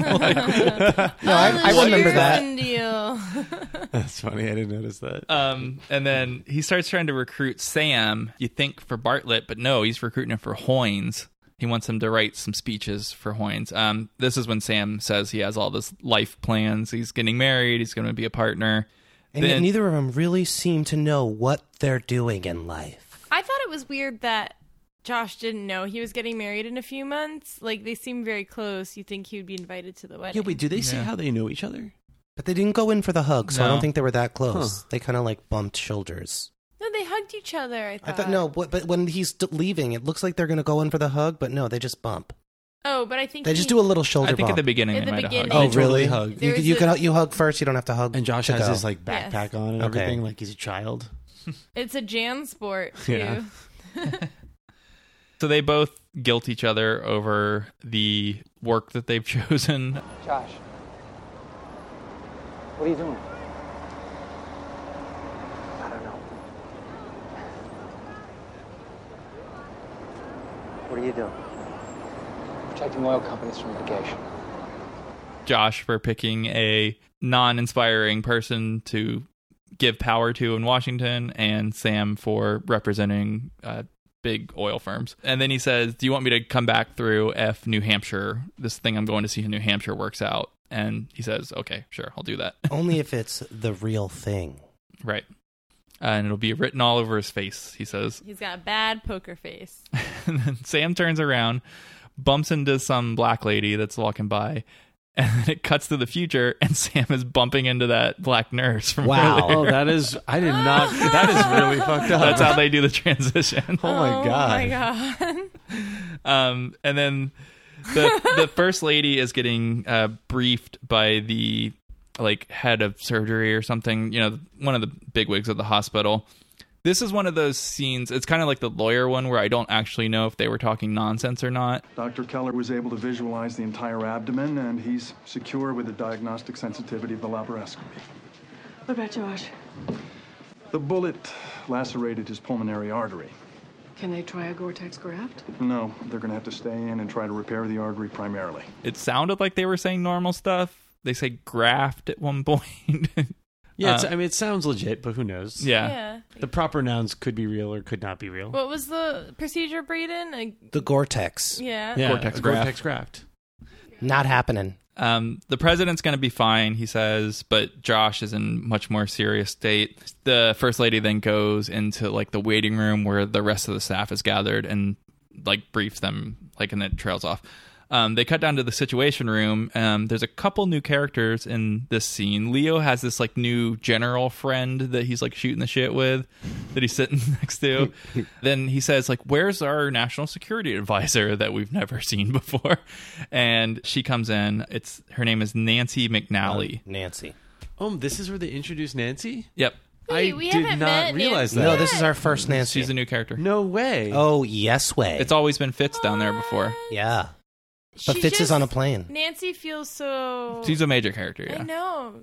No,
I- I remember that.
Deal. [laughs]
That's funny. I didn't notice that.
Um, and then he starts trying to recruit Sam, you think, for Bartlett, but no, he's recruiting him for Hoynes. He wants him to write some speeches for Hoynes. Um, this is when Sam says he has all this life plans. He's getting married, he's going to be a partner.
And
Then-
neither of them really seem to know what they're doing in life.
I thought it was weird that Josh didn't know he was getting married in a few months. Like they seem very close. You think he would be invited to the wedding?
Yeah, wait. Do they say
Yeah.
how they know each other?
But they didn't go in for the hug, so I
No.
don't think they were that close.
Huh.
They kind of like bumped shoulders.
No, they hugged each other. I thought.
I thought no, but, but when he's d- leaving, it looks like they're gonna go in for the hug, but no, they just bump.
Oh, but I think
They
he-
just do a little shoulder.
I think at
bump.
the beginning
At
they
the
might have
beginning.
Oh,
They totally
really?
hug.
There
You,
was
you
a-
can you hug first. You don't have to hug.
And Josh
to
has
go.
his like backpack
Yes.
on and
Okay.
everything, like he's a
[laughs]
child.
It's a Jan sport too.
Yeah.
So they both guilt each other over the work that they've [laughs] chosen.
Josh. What are you doing?
I don't know. What are you doing?
Protecting oil companies from litigation.
Josh for picking a non inspiring person to give power to in Washington, and Sam for representing uh, big oil firms. And then he says, Do you want me to come back through if New Hampshire, this thing I'm going to see in New Hampshire works out? And he says, Okay, sure, I'll do that. [laughs]
Only if it's the real thing.
right. Uh, and it'll be written all over his face, he says.
He's got a bad poker face.
[laughs] And then Sam turns around, bumps into some black lady that's walking by, and then it cuts to the future, and [laughs] Sam is bumping into that black nurse from
[laughs]
Wow.
earlier.
Oh, that is. I did not. That is
[laughs]
really fucked up.
[laughs] That's
[laughs]
how they do the transition.
Oh my god.
god. [laughs]
um, and then the the first lady is getting uh, briefed by the like head of surgery or something. You know, one of the bigwigs of the hospital. This is one of those scenes. It's kind of like the lawyer one where I don't actually know if they were talking nonsense or not.
Dr. Keller was able to visualize the entire abdomen, and he's secure with the diagnostic sensitivity of the laparoscopy.
What about Josh?
The bullet lacerated his pulmonary artery.
Can they try a Gore-Tex graft?
No, they're going to have to stay in and try to repair the artery primarily.
It sounded like they were saying normal stuff. They say graft at one [laughs] point.
Yeah, it's,
Uh,
I mean, it sounds legit, but who knows?
Yeah.
Yeah.
The proper nouns could be real or could not be real.
What was the procedure, Braden? Like,
The Gore-Tex.
Yeah.
yeah
Gore-Tex
a
graft.
Gore-Tex graft.
Not happening.
Um, the president's going to be fine, he says, but Josh is in much more serious state. The first lady then goes into like the waiting room where the rest of the staff is gathered and like briefs them, like, and then it trails off. Um, they cut down to the situation room. Um, there's a couple new characters in this scene. Leo has this like new general friend that he's like shooting the shit with, that he's sitting [laughs] next to. then he says like, "Where's our national security advisor [laughs] that we've never seen before?" And she comes in. It's her name is Nancy McNally.
Nancy.
Oh, this is where they introduce Nancy?
Yep.
Wait,
I
we
did
haven't
not
met
realize
Nancy
that.
No, this is our first Nancy.
She's a new character.
No way.
Oh, yes way.
It's always been Fitz down there before.
yeah. But
She
Fitz is
just-
on a plane.
Nancy feels so.
She's a major character. Yeah.
I know.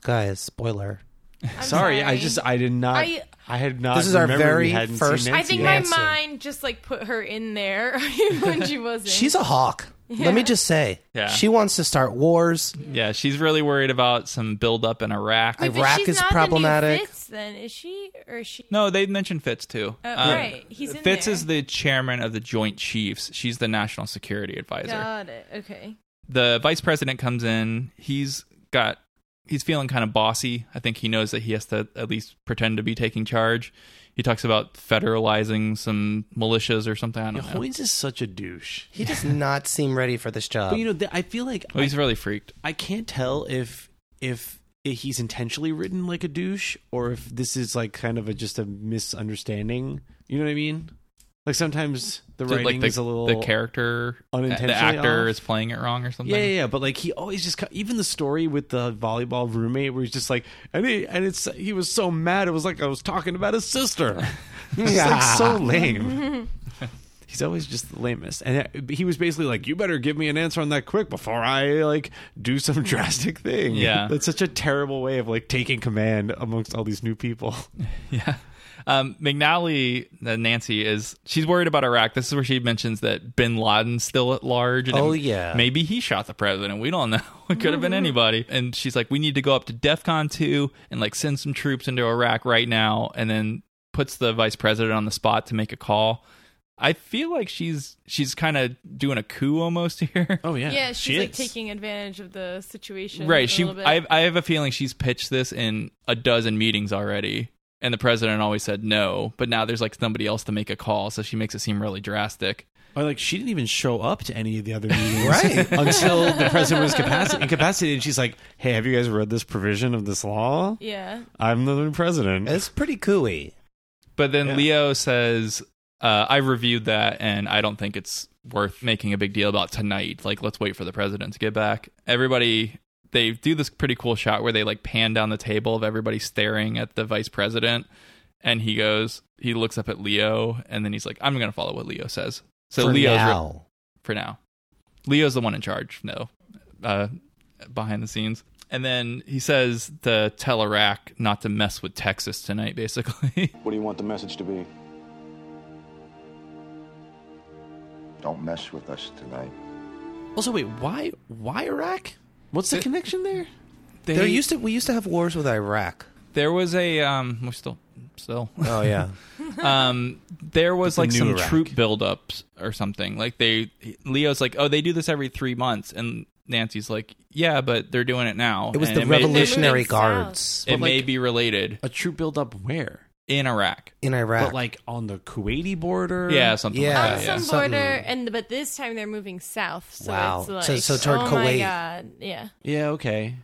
Guys, spoiler. [laughs]
I'm
Sorry, I just, I did not, I,
I-
had not
This is our
remembered we
very
hadn't
first-
seen
I
Nancy
think
yet.
my
Nancy.
mind just like put her in there [laughs] when she wasn't.
She's a hawk.
Yeah.
Let me just say.
Yeah.
She wants to start wars.
Yeah, she's really worried about some buildup in Iraq.
Wait, but
Iraq
she's
is
not The
problematic.
new Fitz, then is she or is she?
No, they mentioned Fitz too. Um,
Oh, right. He's in
Uh, Fitz
there.
is the chairman of the Joint Chiefs. She's the national security advisor.
Got it. Okay.
The vice president comes in. He's got he's feeling kind of bossy. I think he knows that he has to at least pretend to be taking charge. He talks about federalizing some militias or something. I don't
Yeah,
know.
Hoynes is such a douche.
He does not seem ready for this job.
But you know, th- I feel like
Well, he's really freaked.
I can't tell if if he's intentionally written like a douche or if this is like kind of a just a misunderstanding. You know what I mean? Like sometimes the
So,
writing
like the,
is a little
the character,
unintentionally
the actor
off.
is playing it wrong or something.
Yeah, yeah, yeah, but like he always just cut- even the story with the volleyball roommate where he's just like and he and it's he was so mad it was like I was talking about his sister. It's like so lame. He's always just the lamest, and uh, he was basically like, "You better give me an answer on that quick before I like do some [laughs] drastic thing."
Yeah.
that's such a terrible way of like taking command amongst all these new people.
[laughs] Um, McNally, uh, Nancy is she's worried about Iraq. This is where she mentions that Bin Laden's still at large.
Oh,
it-
yeah. Mm-hmm.
maybe he shot the president. We don't know. [laughs] It could have been anybody. And she's like, we need to go up to DefCon two and like send some troops into Iraq right now. And then puts the vice president on the spot to make a call. I feel like she's she's kind of doing a coup almost [laughs] here.
Oh
Yeah, she's like taking advantage of the situation.
right.
a
She.
little bit.
I I have a feeling she's pitched this in a dozen meetings already, and the president always said no. But now there's like somebody else to make a call, so she makes it seem really drastic.
Or like she didn't even show up to any of the other [laughs] meetings,
Right.
Until the president was capaci- incapacitated, she's like, "Hey, have you guys read this provision of this law?
Yeah.
I'm the new president."
it's pretty cooey.
But then
Yeah.
Leo says, uh, "I reviewed that, and I don't think it's worth making a big deal about tonight. Like, let's wait for the president to get back." Everybody. They do this pretty cool shot where they like pan down the table of everybody staring at the vice president, and he goes, he looks up at Leo, and then he's like, "I'm gonna follow what Leo says." So
for
Leo's re-
now.
for now. Leo's the one in charge, no, uh, behind the scenes. And then he says to tell Iraq not to mess with Texas tonight, [laughs] basically.
What do you want the message to be?
Don't mess with us tonight.
Also, wait, why why Iraq? What's the connection there?
They,
there used to we used to have wars with Iraq.
there was a um, we're still still.
Oh yeah.
um, there was
The
like
new
some
Iraq.
troop buildups or something. Like they, Leo's like, oh, they do this every three months, and Nancy's like, yeah, but they're doing it now.
[laughs] It was
And
the
may-
Revolutionary
Moving south.
Guards.
It,
But,
may
like-
be related.
A troop buildup where?
in Iraq.
In Iraq.
But like on the Kuwaiti border?
Yeah, something like that,
on
yeah.
some border, and but this time they're moving south. So
Wow.
It's like,
So- so toward
oh my
Kuwait.
god, yeah.
Yeah, okay.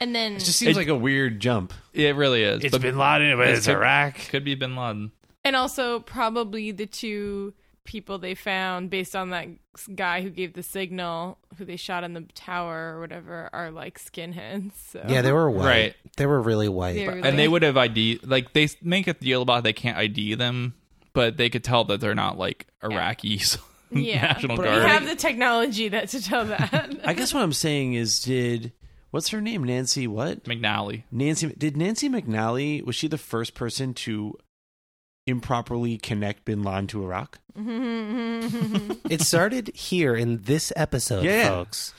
And then
It just seems like a weird jump.
It really is.
It's Bin Laden, but it's
could-
Iraq.
Could be Bin Laden.
and also probably the two people they found based on that guy who gave the signal, who they shot in the tower or whatever, are like skinheads. So.
Yeah, they were white.
Right.
They were really white.
They were
and they
like-
would have ID like they make a deal about they can't ID them, but they could tell that they're not like Iraqis. [laughs]
Yeah.
National
But
Guard.
We have the technology that to tell that. [laughs]
I guess what I'm saying is, did what's her name? Nancy what?
[laughs] McNally.
Nancy did Nancy McNally was she the first person to improperly connect Bin Laden to Iraq?
it started here in this episode,
Yeah.
folks.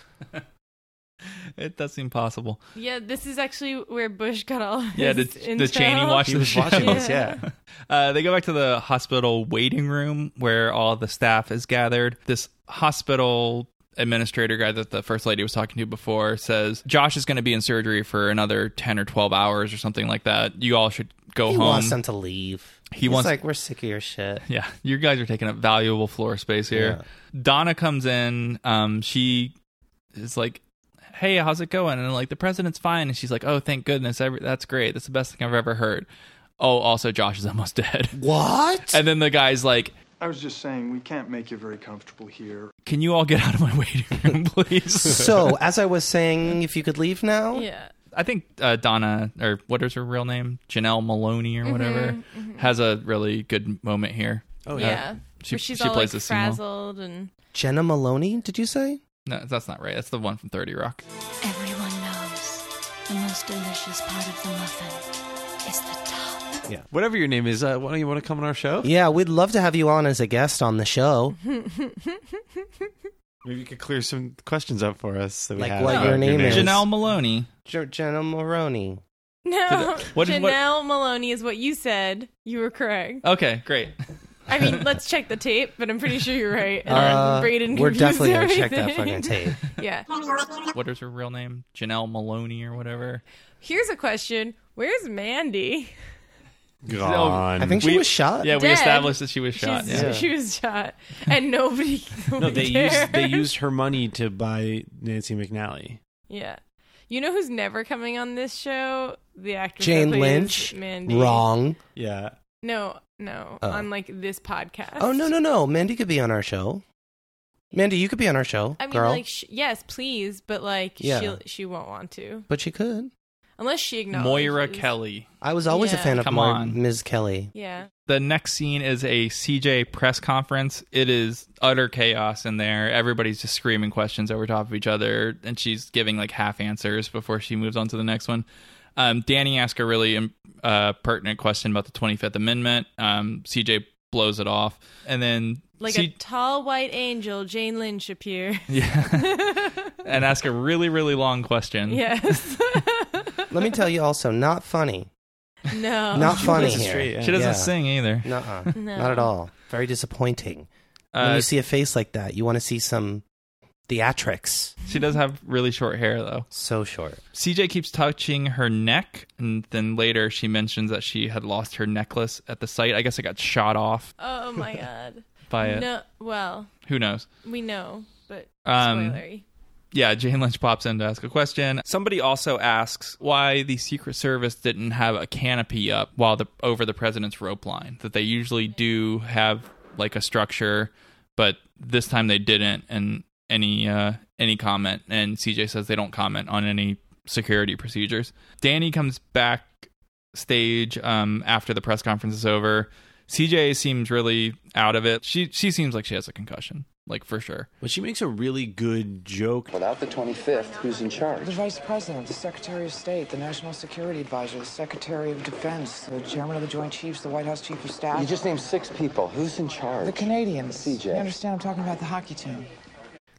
it does seem possible.
yeah, this is actually where Bush got all.
Yeah, the,
his
the
intel.
Cheney watched the show.
Yeah.
[laughs] Uh, they go back to the hospital waiting room where all the staff is gathered. This hospital administrator guy that the first lady was talking to before says Josh is going to be in surgery for another 10 or 12 hours or something like that. You all should go
he
home.
wants them to leave.
He
He's
wants-
like, we're sick of your shit.
Yeah, you guys are taking up valuable floor space here. Donna comes in. Um, she is like, "Hey, how's it going?" And like, the president's fine. And she's like, "Oh, thank goodness. Every- that's great. That's the best thing I've ever heard." Oh, also, Josh is almost [laughs] dead.
What?
And then the guy's like,
I was just saying, we can't make you very comfortable here.
"Can you all get out of my [laughs] waiting room, please?"
[laughs] so, as I was saying, if you could leave now,
yeah.
I think uh, Donna, or what is her real name, Janelle Maloney or whatever,
Mhm, mhm.
has a really good moment here.
Oh
Uh,
yeah.
she,
Where she's
she
all
plays the
like
Seymour.
frazzled and
Jenna Maloney, did you say?
No, that's not right. That's the one from Thirty Rock.
Everyone knows the most delicious part of the muffin is the top.
Yeah. Whatever your name is, uh, why don't you want to come on our show?
Yeah, we'd love to have you on as a guest on the show.
Mm-hmm.
Maybe you could clear some questions up for us. That we
Like
have
what
about
your name is.
Janelle Maloney.
Jo- Jenna Maloney.
no.
what did- what-
Janelle Maloney is what you said. You were correct.
Okay, great. [laughs]
I mean, let's check the tape, but I'm pretty sure you're right. And
Uh,
Braden [laughs]
we're
confused
definitely gonna check that
everything.
fucking tape.
[laughs] yeah.
What is her real name? Janelle Maloney or whatever.
Here's a question. Where's Mandy?
Gone.
I think she
We-
was shot.
Yeah, we
Uh, Dead.
established that she was shot.
She's-
yeah.
She was shot,
[laughs]
and nobody.
No, [laughs] they
cared.
used they used her money to buy Nancy McNally.
[laughs] Yeah. You know who's never coming on this show? The actress that
Jane
plays
Lynch.
Mandy.
Wrong.
Yeah.
No, no.
Oh.
On like this podcast.
Oh, no, no, no. Mandy could be on our show. Mandy, you could be on our show,
I mean,
girl.
like, sh- yes, please, but like,
Yeah.
she she won't want to
but she could.
unless she acknowledges.
Moira Kelly.
I was always a
Yeah.
fan of
Come
Mar-
on.
Ms. Kelly.
Yeah.
The next scene is a CJ press conference. It is utter chaos in there. Everybody's just screaming questions over top of each other, and she's giving like half answers before she moves on to the next one. Um, Danny asks a really um, uh, pertinent question about the 25th Amendment. Um, CJ blows it off. And then
Like
C-
a tall white angel, Jane Lynch appears.
[laughs]
[laughs]
and ask a really, really long question.
yes. [laughs]
Let me tell you also, not funny.
No.
Not funny
plays it
here.
straight, yeah. She doesn't sing either.
[laughs]
Nuh-uh.
No.
Not at all. Very disappointing. when
Uh,
you see a face like that, you want to see some theatrics.
She does have really short hair, though.
So short.
CJ keeps touching her neck, and then later she mentions that she had lost her necklace at the site. I guess it got shot off
Oh
[laughs]
my god.
by it.
No. Well,
Who knows?
we know, but
Um,
spoilery.
Yeah, Jane Lynch pops in to ask a question. Somebody also asks why the Secret Service didn't have a canopy up while the over the president's rope line. That they usually do have like a structure, but this time they didn't. And any uh, any comment, and CJ says they don't comment on any security procedures. Danny comes back stage um, after the press conference is over. CJ seems really out of it. She she seems like she has a concussion, like for sure.
But she makes a really good joke.
Without the 25th, who's in charge?
The Vice President, the Secretary of State, the National Security Advisor, the Secretary of Defense, the Chairman of the Joint Chiefs, the White House Chief of Staff.
You just named six people. Who's in charge?
the Canadians.
CJ.
You understand? I'm talking about the hockey team.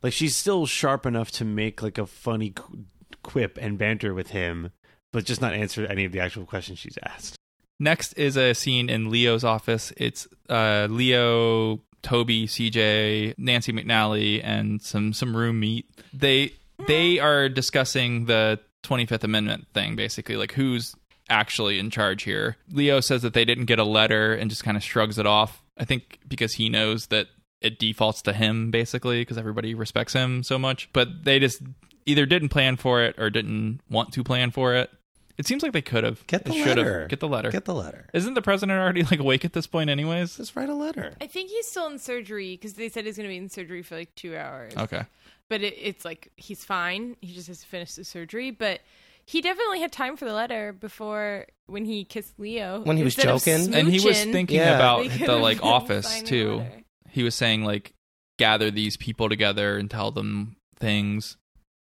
Like she's still sharp enough to make like a funny qu- quip and banter with him, but just not answer any of the actual questions she's asked.
Next is a scene in Leo's office. It's uh, Leo, Toby, CJ, Nancy McNally, and some some room meet. They they are discussing the 25th Amendment thing, basically, like who's actually in charge here. Leo says that they didn't get a letter and just kind of shrugs it off. I think because he knows that it defaults to him basically because everybody respects him so much. But they just either didn't plan for it or didn't want to plan for it. It seems like they could have.
Get the
They should have.
letter.
Get the letter.
Get the letter.
Isn't the president already like awake at this point, anyways?
Just write a letter.
I think he's still in surgery because they said he's going to be in surgery for like two hours.
Okay.
But it, it's like he's fine. He just has to finish the surgery. But he definitely had time for the letter before when he kissed Leo.
When he was
Instead of
joking.
and he was
smooching,
thinking
Yeah.
they
about
could
the
have [laughs]
like
been
office
signing
too.
letter.
He was saying like gather these people together and tell them things.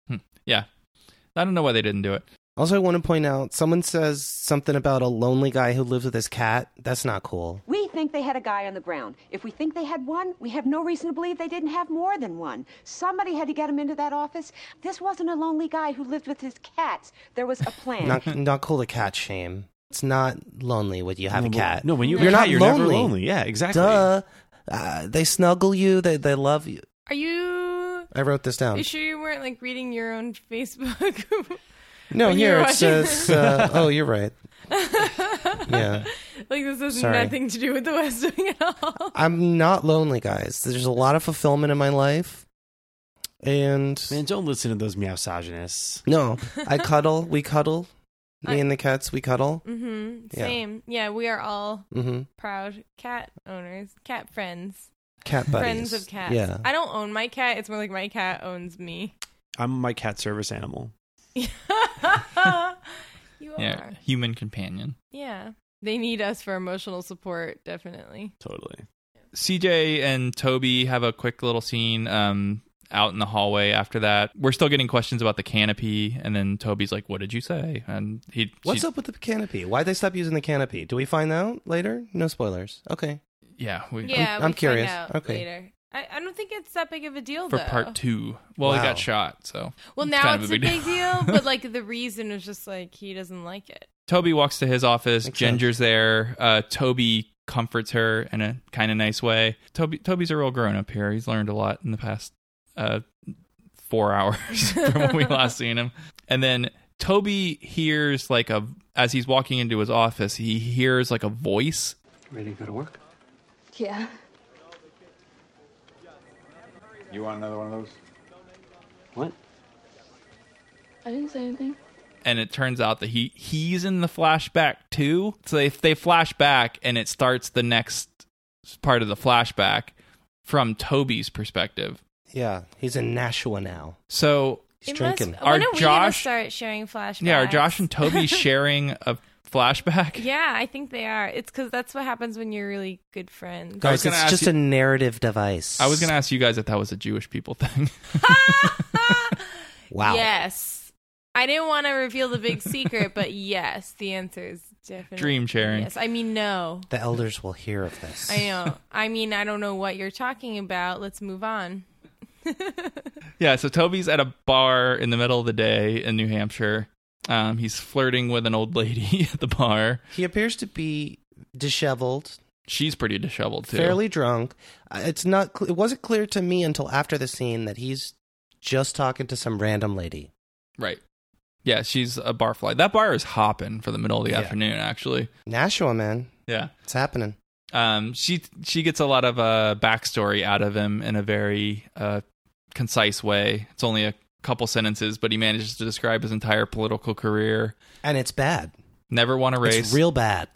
Hmm. Yeah, I don't know why they didn't do it.
Also, I want to point out someone says something about a lonely guy who lives with his cat. That's not cool.
We think they had a guy on the ground. If we think they had one, we have no reason to believe they didn't have more than one. Somebody had to get him into that office. This wasn't a lonely guy who lived with his cats. There was a
Mm-hmm.
plan.
Not not cool to cat shame. It's not lonely when you have
No,
a
but-
cat.
no, when you have a cat, you're never lonely. Yeah, exactly.
Duh. Uh, they snuggle you. They they love you.
Are you?
I wrote this
Are
Um,
down.
you sure you weren't like reading your own Facebook? [laughs]
No,
when you
here
were
it
watching
says.
this? [laughs]
Uh, oh, you're right. yeah,
like this has
Sorry.
nothing to do with the West Wing at
[laughs]
all.
I'm not lonely, guys. There's a lot of fulfillment in my life, and
Man, don't listen to those meow misogynists.
no,
[laughs]
I cuddle. We cuddle. Me
I-
and the cats. We cuddle.
Mm-hmm.
Yeah.
Same. Yeah, we are all
Mhm.
proud cat owners, cat friends,
Cat buddies.
friends of cats.
Yeah.
I don't own my cat. It's more like my cat owns me. [laughs]
I'm my cat service animal.
[laughs]
You
Yeah,
are.
human companion.
Yeah. They need us for emotional support, definitely.
Totally.
CJ and Toby have a quick little scene um, out in the hallway after that. We're still getting questions about the canopy, and then Toby's like, What did you say? And he.
What's
she-
up with the canopy? Why'd they stop using the canopy? Do we find out later? No spoilers. Okay.
Yeah. We,
Yeah,
I'm
we find
curious.
out
Okay.
Later. I, I don't think it's that big of a deal
for
though.
part two. Well, he
Wow.
got shot, so.
Well,
it's
now
kind of
it's a big deal,
[laughs]
but like the reason was just like he doesn't like it.
Toby walks to his office. Ginger's there. Uh, Toby comforts her in a kind of nice way. Toby Toby's a real grown up here. He's learned a lot in the past uh, four [laughs] hours from when we last seen him. And then Toby hears like a as he's walking into his office, he hears like a voice.
Ready to go to work?
Yeah.
You want another one of those?
I didn't say anything.
And it turns out that he he's in the flashback too. So if they flash back and it starts the next part of the flashback from Toby's perspective.
Yeah, he's in Nashua now.
So
He's drinking.
Must, when
Are
are we gonna
Josh-
start sharing flashbacks?
Yeah, are Josh and
[laughs]
[laughs]
Toby sharing a flashback?
Yeah, I think they are. It's because that's what happens when you're really good friends. [laughs]
I
Guys,
was gonna
it's
ask
just
you-
a narrative device.
I was going to ask you guys if that was a Jewish people thing. [laughs]
Wow.
Yes. I didn't want to reveal the big secret, but yes, the answer is definitely
Dream sharing.
Yes, I mean no.
The elders will hear of this.
I know. I mean, I don't know what you're talking about. Let's move on.
Yeah, so Toby's at a bar in the middle of the day in New Hampshire. Um, he's flirting with an old lady [laughs] at the bar.
He appears to be disheveled,
She's pretty disheveled too.
fairly drunk. Uh, It's not. cl- It wasn't clear to me until after the scene that he's just talking to some random lady.
Right. Yeah, she's a barfly. That bar is hopping for the middle of the
Yeah.
afternoon actually.
Nashua, man,
Yeah.
it's happening.
um, she she gets a lot of uh, backstory out of him in a very uh, concise way. It's only a couple sentences, but he manages to describe his entire political career.
And it's bad.
Never won a race.
It's real bad.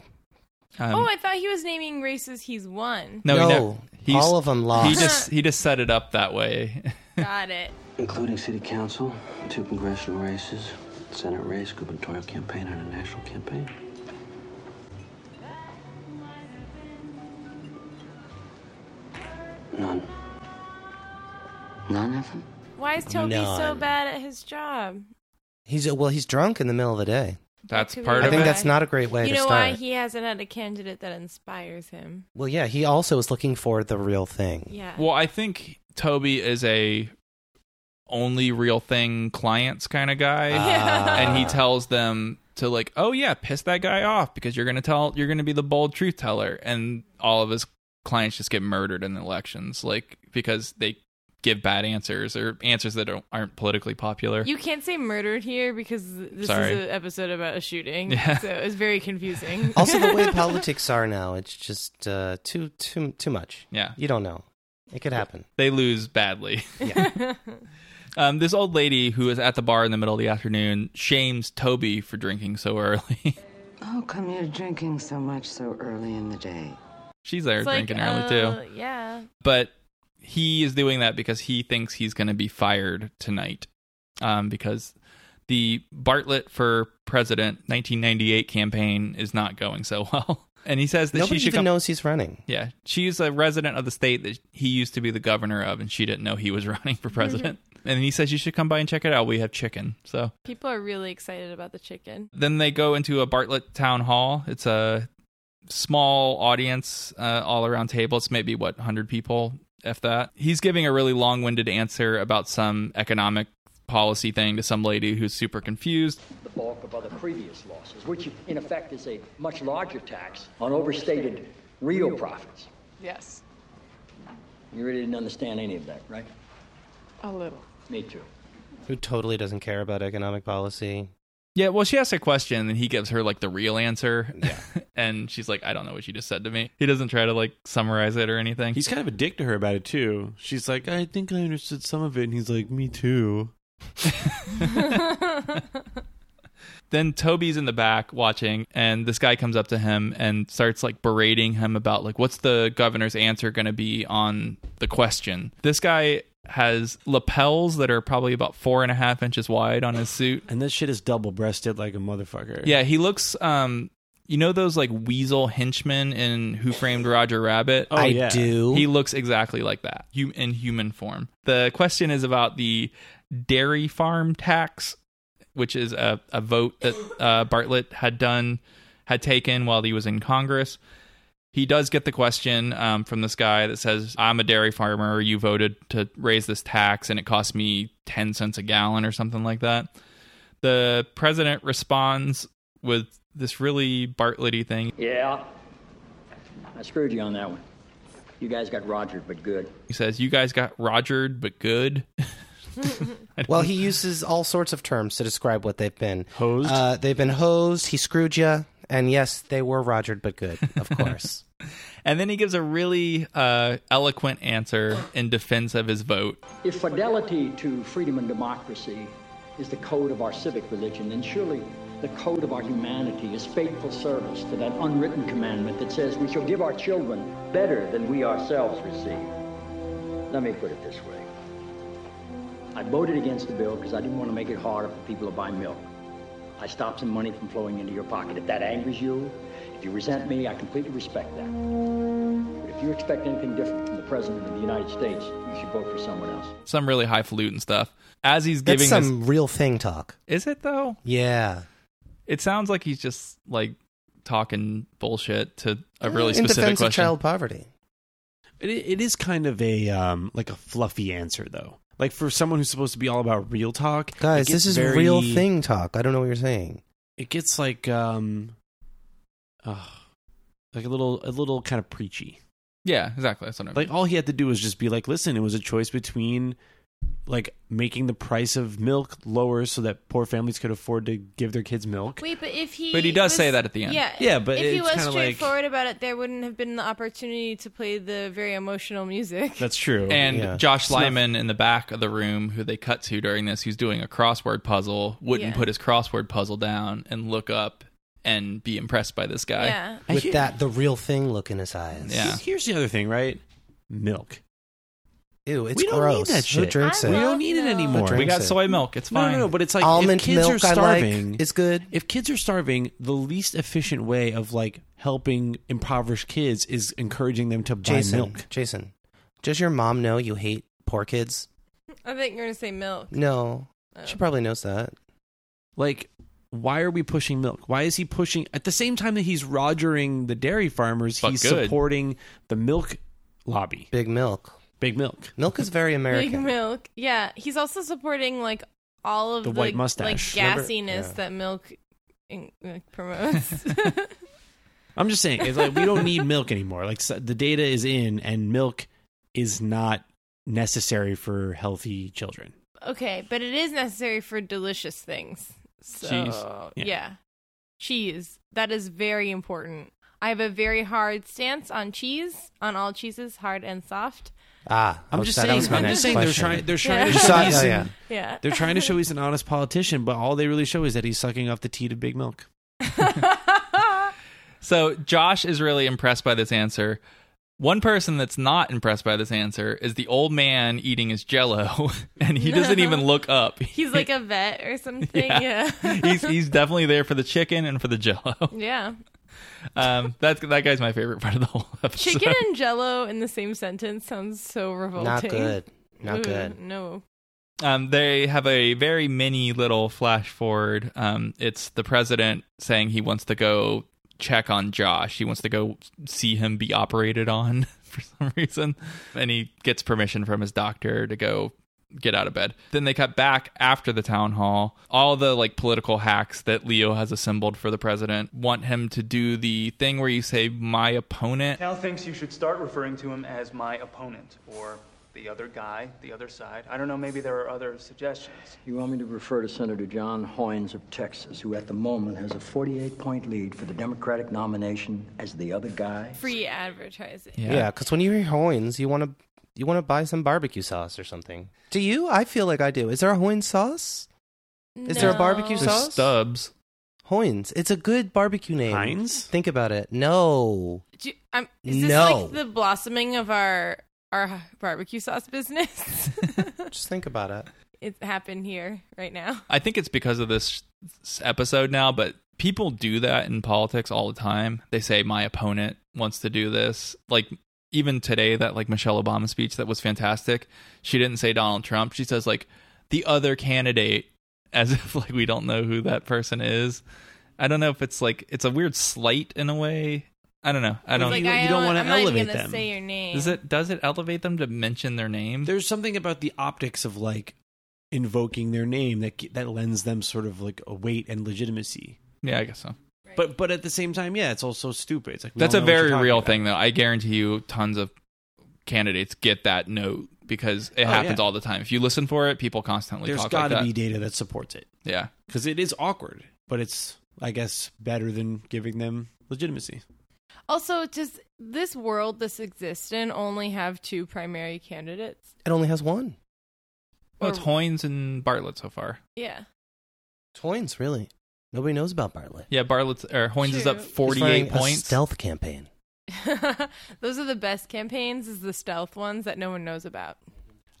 Um,
oh, I thought he was naming races he's won.
no,
No,
he never, he's,
all of 'em
He
lost.
just he just set it up that way. [laughs]
Got it.
Including city council, two congressional races, senate race, gubernatorial campaign, and a national campaign. None. None of them?
Why is Toby so
None.
bad at his job?
He's well. He's drunk in the middle of the day.
That's
Could be
part
I
of
think
it.
that's not a great way
you
to
know
start.
why he hasn't had a candidate that inspires him?
well, yeah. He also is looking for the real thing.
[laughs] Yeah.
Well, I think Toby is a only real thing clients kind of
[laughs]
guy,
Yeah.
and
Ah.
he tells them to like, oh yeah, piss that guy off because you're gonna tell you're gonna be the bold truth teller, and all of his clients just get murdered in the elections, like because they give bad answers or answers that don't, aren't politically popular.
You can't say murdered here because this
Sorry.
is an episode about
[laughs]
a shooting.
Yeah.
So it's very confusing.
also, the
[laughs]
way politics are now, it's just uh, too too too much.
Yeah.
you don't know. It could
[laughs]
happen.
they lose badly. [laughs]
[laughs]
um, this old lady who is at the bar in the middle of the afternoon shames Toby for drinking so early. [laughs]
How Oh, come you're drinking so much so early in the day?
She's there
It's like,
drinking
uh,
early too.
yeah.
But he is doing that because he thinks he's going to be fired tonight. Um, because the Bartlett for president 1998 campaign is not going so [laughs] well. And he says that
Nobody
she should
even
come-
knows he's running.
Yeah, she's a resident of the state that he used to be the governor of, and she didn't know he was [laughs] running
Mm-hmm.
for president. and he says you should come by and check it out. We have chicken. So
People are really excited about the chicken.
then they go into a Bartlett town hall. It's a small audience, uh, all around table. It's maybe what hundred people, if that. He's giving a really long-winded answer about some economic policy thing to some lady who's super confused.
the bulk of other previous losses, which in effect is a much larger tax on overstated real profits.
Yes,
You really didn't understand any of that, right?
a little.
Me too.
Who totally doesn't care about economic policy?
Yeah, well, she asks a question, and he gives her like the real answer. Yeah, [laughs] and she's like, "I don't know what you just said to me." He doesn't try to like summarize it or anything.
He's kind of a dick to her about it too. She's like, I think I understood some of it, and he's like, Me too.
then Toby's in the back watching, and this guy comes up to him and starts like berating him about like what's the governor's answer going to be on the question. This guy has lapels that are probably about four and a half inches wide on his suit,
and this shit is double breasted like a motherfucker.
Yeah, he looks. um you know those like weasel henchmen in Who Framed Roger Rabbit?
Oh, I yeah. do.
He looks exactly like that hu- in human form. The question is about the dairy farm tax, which is a, a vote that uh, Bartlett had done, had taken while he was in Congress. He does get the question um, from this guy that says, I'm a dairy farmer. You voted to raise this tax and it cost me 10 cents a gallon or something like that. The president responds with this really Bartletty thing.
Yeah. I screwed you on that one. You guys got rogered, but good.
He says, You guys got Rogered, but good.
Well, he uses all sorts of terms to describe what they've been.
Hosed?
Uh, they've been hosed. He screwed you. And yes, they were rogered, but good,
[laughs]
of course.
And then he gives a really uh, eloquent answer in defense of his vote.
If fidelity to freedom and democracy is the code of our civic religion, then surely the code of our humanity is faithful service to that unwritten commandment that says we shall give our children better than we ourselves receive. Let me put it this way. I voted against the bill because I didn't want to make it harder for people to buy milk. I stopped some money from flowing into your pocket. If that angers you, if you resent me, I completely respect that. But if you expect anything different from the President of the United States, you should vote for someone else.
Some really highfalutin stuff. As he's
That's
giving
some real thing talk.
his, is it though?
Yeah.
It sounds like he's just like talking bullshit to a
Yeah,
really
Eh, in
specific
defense of
question.
child poverty.
It, it is kind of a um, like a fluffy answer though. Like for someone who's supposed to be all about real talk, it
Guys,
gets
this is
very-
real thing talk. I don't know what you're saying.
It gets like um, uh, like a little a little kind of preachy.
Yeah, exactly. That's what I mean.
Like
oh,
all he had to do was just be like, listen, it was a choice between like making the price of milk lower so that poor families could afford to give their kids milk.
Wait, but if he
But he does
was-
say that at the end.
Yeah,
Yeah, but
if he
it's
was
kinda like-
straightforward about it, there wouldn't have been the opportunity to play the very emotional music.
That's true.
And
Yeah.
Josh
It's not-
Lyman in the back of the room, who they cut to during this, who's doing a crossword puzzle, wouldn't
Yeah.
put his crossword puzzle down and look up and be impressed by this guy.
With that, the real thing look in his eyes.
Yeah.
Here's the other thing, right? Milk.
Ew, it's
we don't
gross.
need that
Who
shit.
drinks it?
We don't need it anymore.
Who drinks it?
milk. It's
No,
fine.
no, no, but it's like
Almond
if kids
milk
are
I like.
starving,
It's good.
If kids are starving, the least efficient way of like helping impoverished kids is encouraging them to buy
Jason,
milk.
Jason, does your mom know you hate poor kids?
I think you're gonna say milk.
No.
Oh.
She probably knows that.
Like, why are we pushing milk? Why is he pushing at the same time that he's rogering the dairy farmers?
But
he's
good.
supporting the milk lobby.
Big milk.
Big milk.
Milk is very
Big milk. Yeah, he's also supporting like all of
The
the,
white mustache.
like
Remember?
gassiness
Yeah.
that milk in, like, promotes. [laughs]
I'm just saying, it's like we don't need milk anymore. Like so- the data is in, and milk is not necessary for healthy children.
Okay, but it is necessary for delicious things. So,
Cheese.
Yeah.
Yeah.
Cheese. That is very important. I have a very hard stance on cheese, on all cheeses, hard and soft.
Ah,
I'm
oh,
just
so that
saying.
was my
I'm
next
just saying they're
question. [laughs]
trying. They're trying
Yeah.
to show
Saw-
he's
oh,
an-
yeah.
They're trying to show he's an honest politician, but all they really show is that he's sucking off the tea to Big Milk.
So Josh is really impressed by this answer. One person that's not impressed by this answer is the old man eating his jello, [laughs] and he doesn't
[laughs]
even look up.
[laughs] He's
[laughs]
like a vet or something. Yeah.
Yeah. [laughs] he's he's definitely there for the chicken and for the jello.
[laughs] yeah.
Um, that's that guy's my favorite part of the whole episode.
Chicken and jello in the same sentence sounds so revolting.
good. Not
Ooh,
good.
No.
Um, they have a very mini little flash forward. Um, it's the president saying he wants to go check on Josh. He wants to go see him be operated on [laughs] for some reason. And he gets permission from his doctor to go get out of bed. Then they cut back after the town hall. All the like political hacks that Leo has assembled for the president want him to do the thing where you say my opponent
Cal thinks you should start referring to him as my opponent or the other guy, the other side. I don't know, maybe there are other suggestions.
You want me to refer to Senator John Hoynes of Texas, who at the moment has a 48 point lead for the Democratic nomination as the other guy?
Free advertising.
Yeah, because when you hear Hoynes, you want to you want to buy some barbecue sauce or something. Do you? I feel like I do. Is there a Hoynes sauce? Is there a barbecue
No.
sauce?
Stubbs.
Hoynes. It's a good barbecue name.
Heinz?
Think about it. No.
Do, um, is this
No.
like the blossoming of our our barbecue sauce
[laughs]
business?
Just think about it.
it happened here right now.
I think it's because of this s- episode now, but people do that in politics all the time. They say my opponent wants to do this. Like even today that like Michelle Obama speech that was fantastic. She didn't say Donald Trump. She says like the other candidate [laughs] as if like we don't know who that person is. I don't know if it's like it's a weird slight in a way. I don't know. I
It's
don't
like,
you,
I
you don't
don't-
want
I'm
to
not even
elevate
gonna
them.
say your name.
Does it does it elevate them to mention their name?
There's something about the optics of like invoking their name that that lends them sort of like a weight and legitimacy.
Yeah, I guess so.
But but at the same time, yeah, it's also stupid. It's like we
That's a
don't know what
very
you're talking
real
about.
thing, though. I guarantee you, tons of candidates get that note because it
Oh,
happens
yeah.
all the time. If you listen for it, people constantly
There's
talk
got
like
to
that.
be data that supports it
yeah,
because it is awkward, but it's I guess better than giving them legitimacy.
Also, does this world this exists in only have two primary candidates?
It only has one.
well, it's Hoynes and Bartlett so far.
Yeah. [laughs]
It's Hoynes, really. Nobody knows about Bartlett.
Yeah, Bartlett's or Hoynes is up
True. He's
running
forty-eight
a
points.
stealth campaign.
Those are the best campaigns is the stealth ones that no one knows about.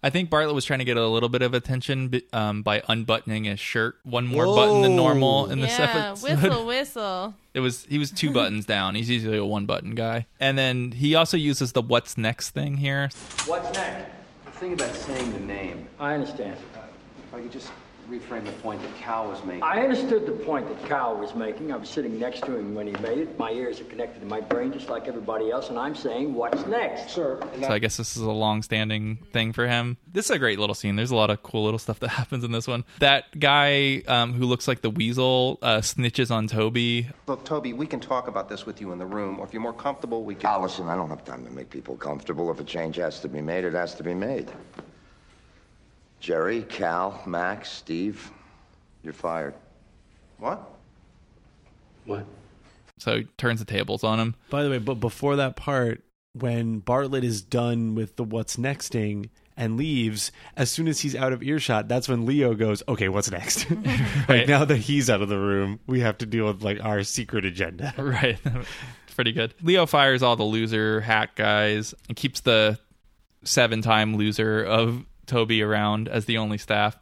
I think Bartlett was trying to get a little bit of attention b- um, by unbuttoning his shirt one more button than normal in this
yeah,
episode.
whistle whistle.
[laughs] It was he was two buttons down. He's usually a one button guy, and then he also uses the "what's next" thing here.
What's next? The thing about saying the name.
I understand.
If I could just reframe the point that Cal was making.
I understood the point that Cal was making. I was sitting next to him when he made it. My ears are connected to my brain just like everybody else, and I'm saying, what's next? Sir.
So I guess this is a long-standing thing for him. This is a great little scene. There's a lot of cool little stuff that [laughs] happens in this one. That guy um, who looks like the weasel uh, snitches on Toby.
Look, Toby, we can talk about this with you in the room, or if you're more comfortable, we can.
Allison, I don't have time to make people comfortable. If a change has to be made, it has to be made. Jerry, Cal, Max, Steve, you're fired. What?
What?
So he turns the tables on him.
By the way, but before that part, when Bartlett is done with the what's nexting and leaves, as soon as he's out of earshot, that's when Leo goes, "Okay, what's next?" [laughs] like now that he's out of the room, we have to deal with like our secret
[laughs]
agenda.
Right. It's pretty good. Leo fires all the loser hack guys and keeps the seven-time loser of Toby around as the only staff.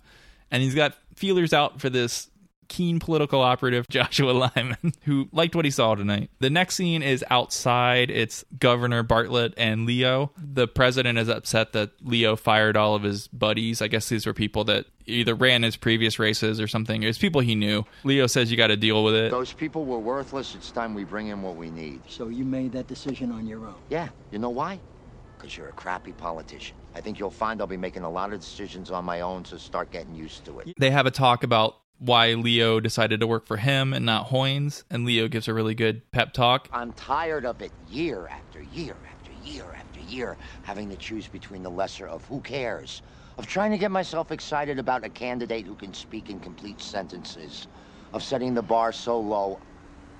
And he's got feelers out for this keen political operative [laughs] Joshua Lyman, who liked what he saw tonight. The next scene is outside. It's Governor Bartlett and Leo. The president is upset that Leo fired all of his buddies. I guess these were people that either ran his previous races or something. It was people he knew. Leo says you got to deal with it.
Those people were worthless. It's time we bring in what we need.
So you made that decision on your own.
Yeah, you know why? Because you're a crappy politician. I think you'll find I'll be making a lot of decisions on my own, so start getting used to it.
They have a talk about why Leo decided to work for him and not Hoynes, and Leo gives a really good pep talk.
I'm tired of it year after year after
year after year having to choose between the lesser of who cares, of trying to get myself excited about a candidate who can speak in complete sentences, of setting the bar so low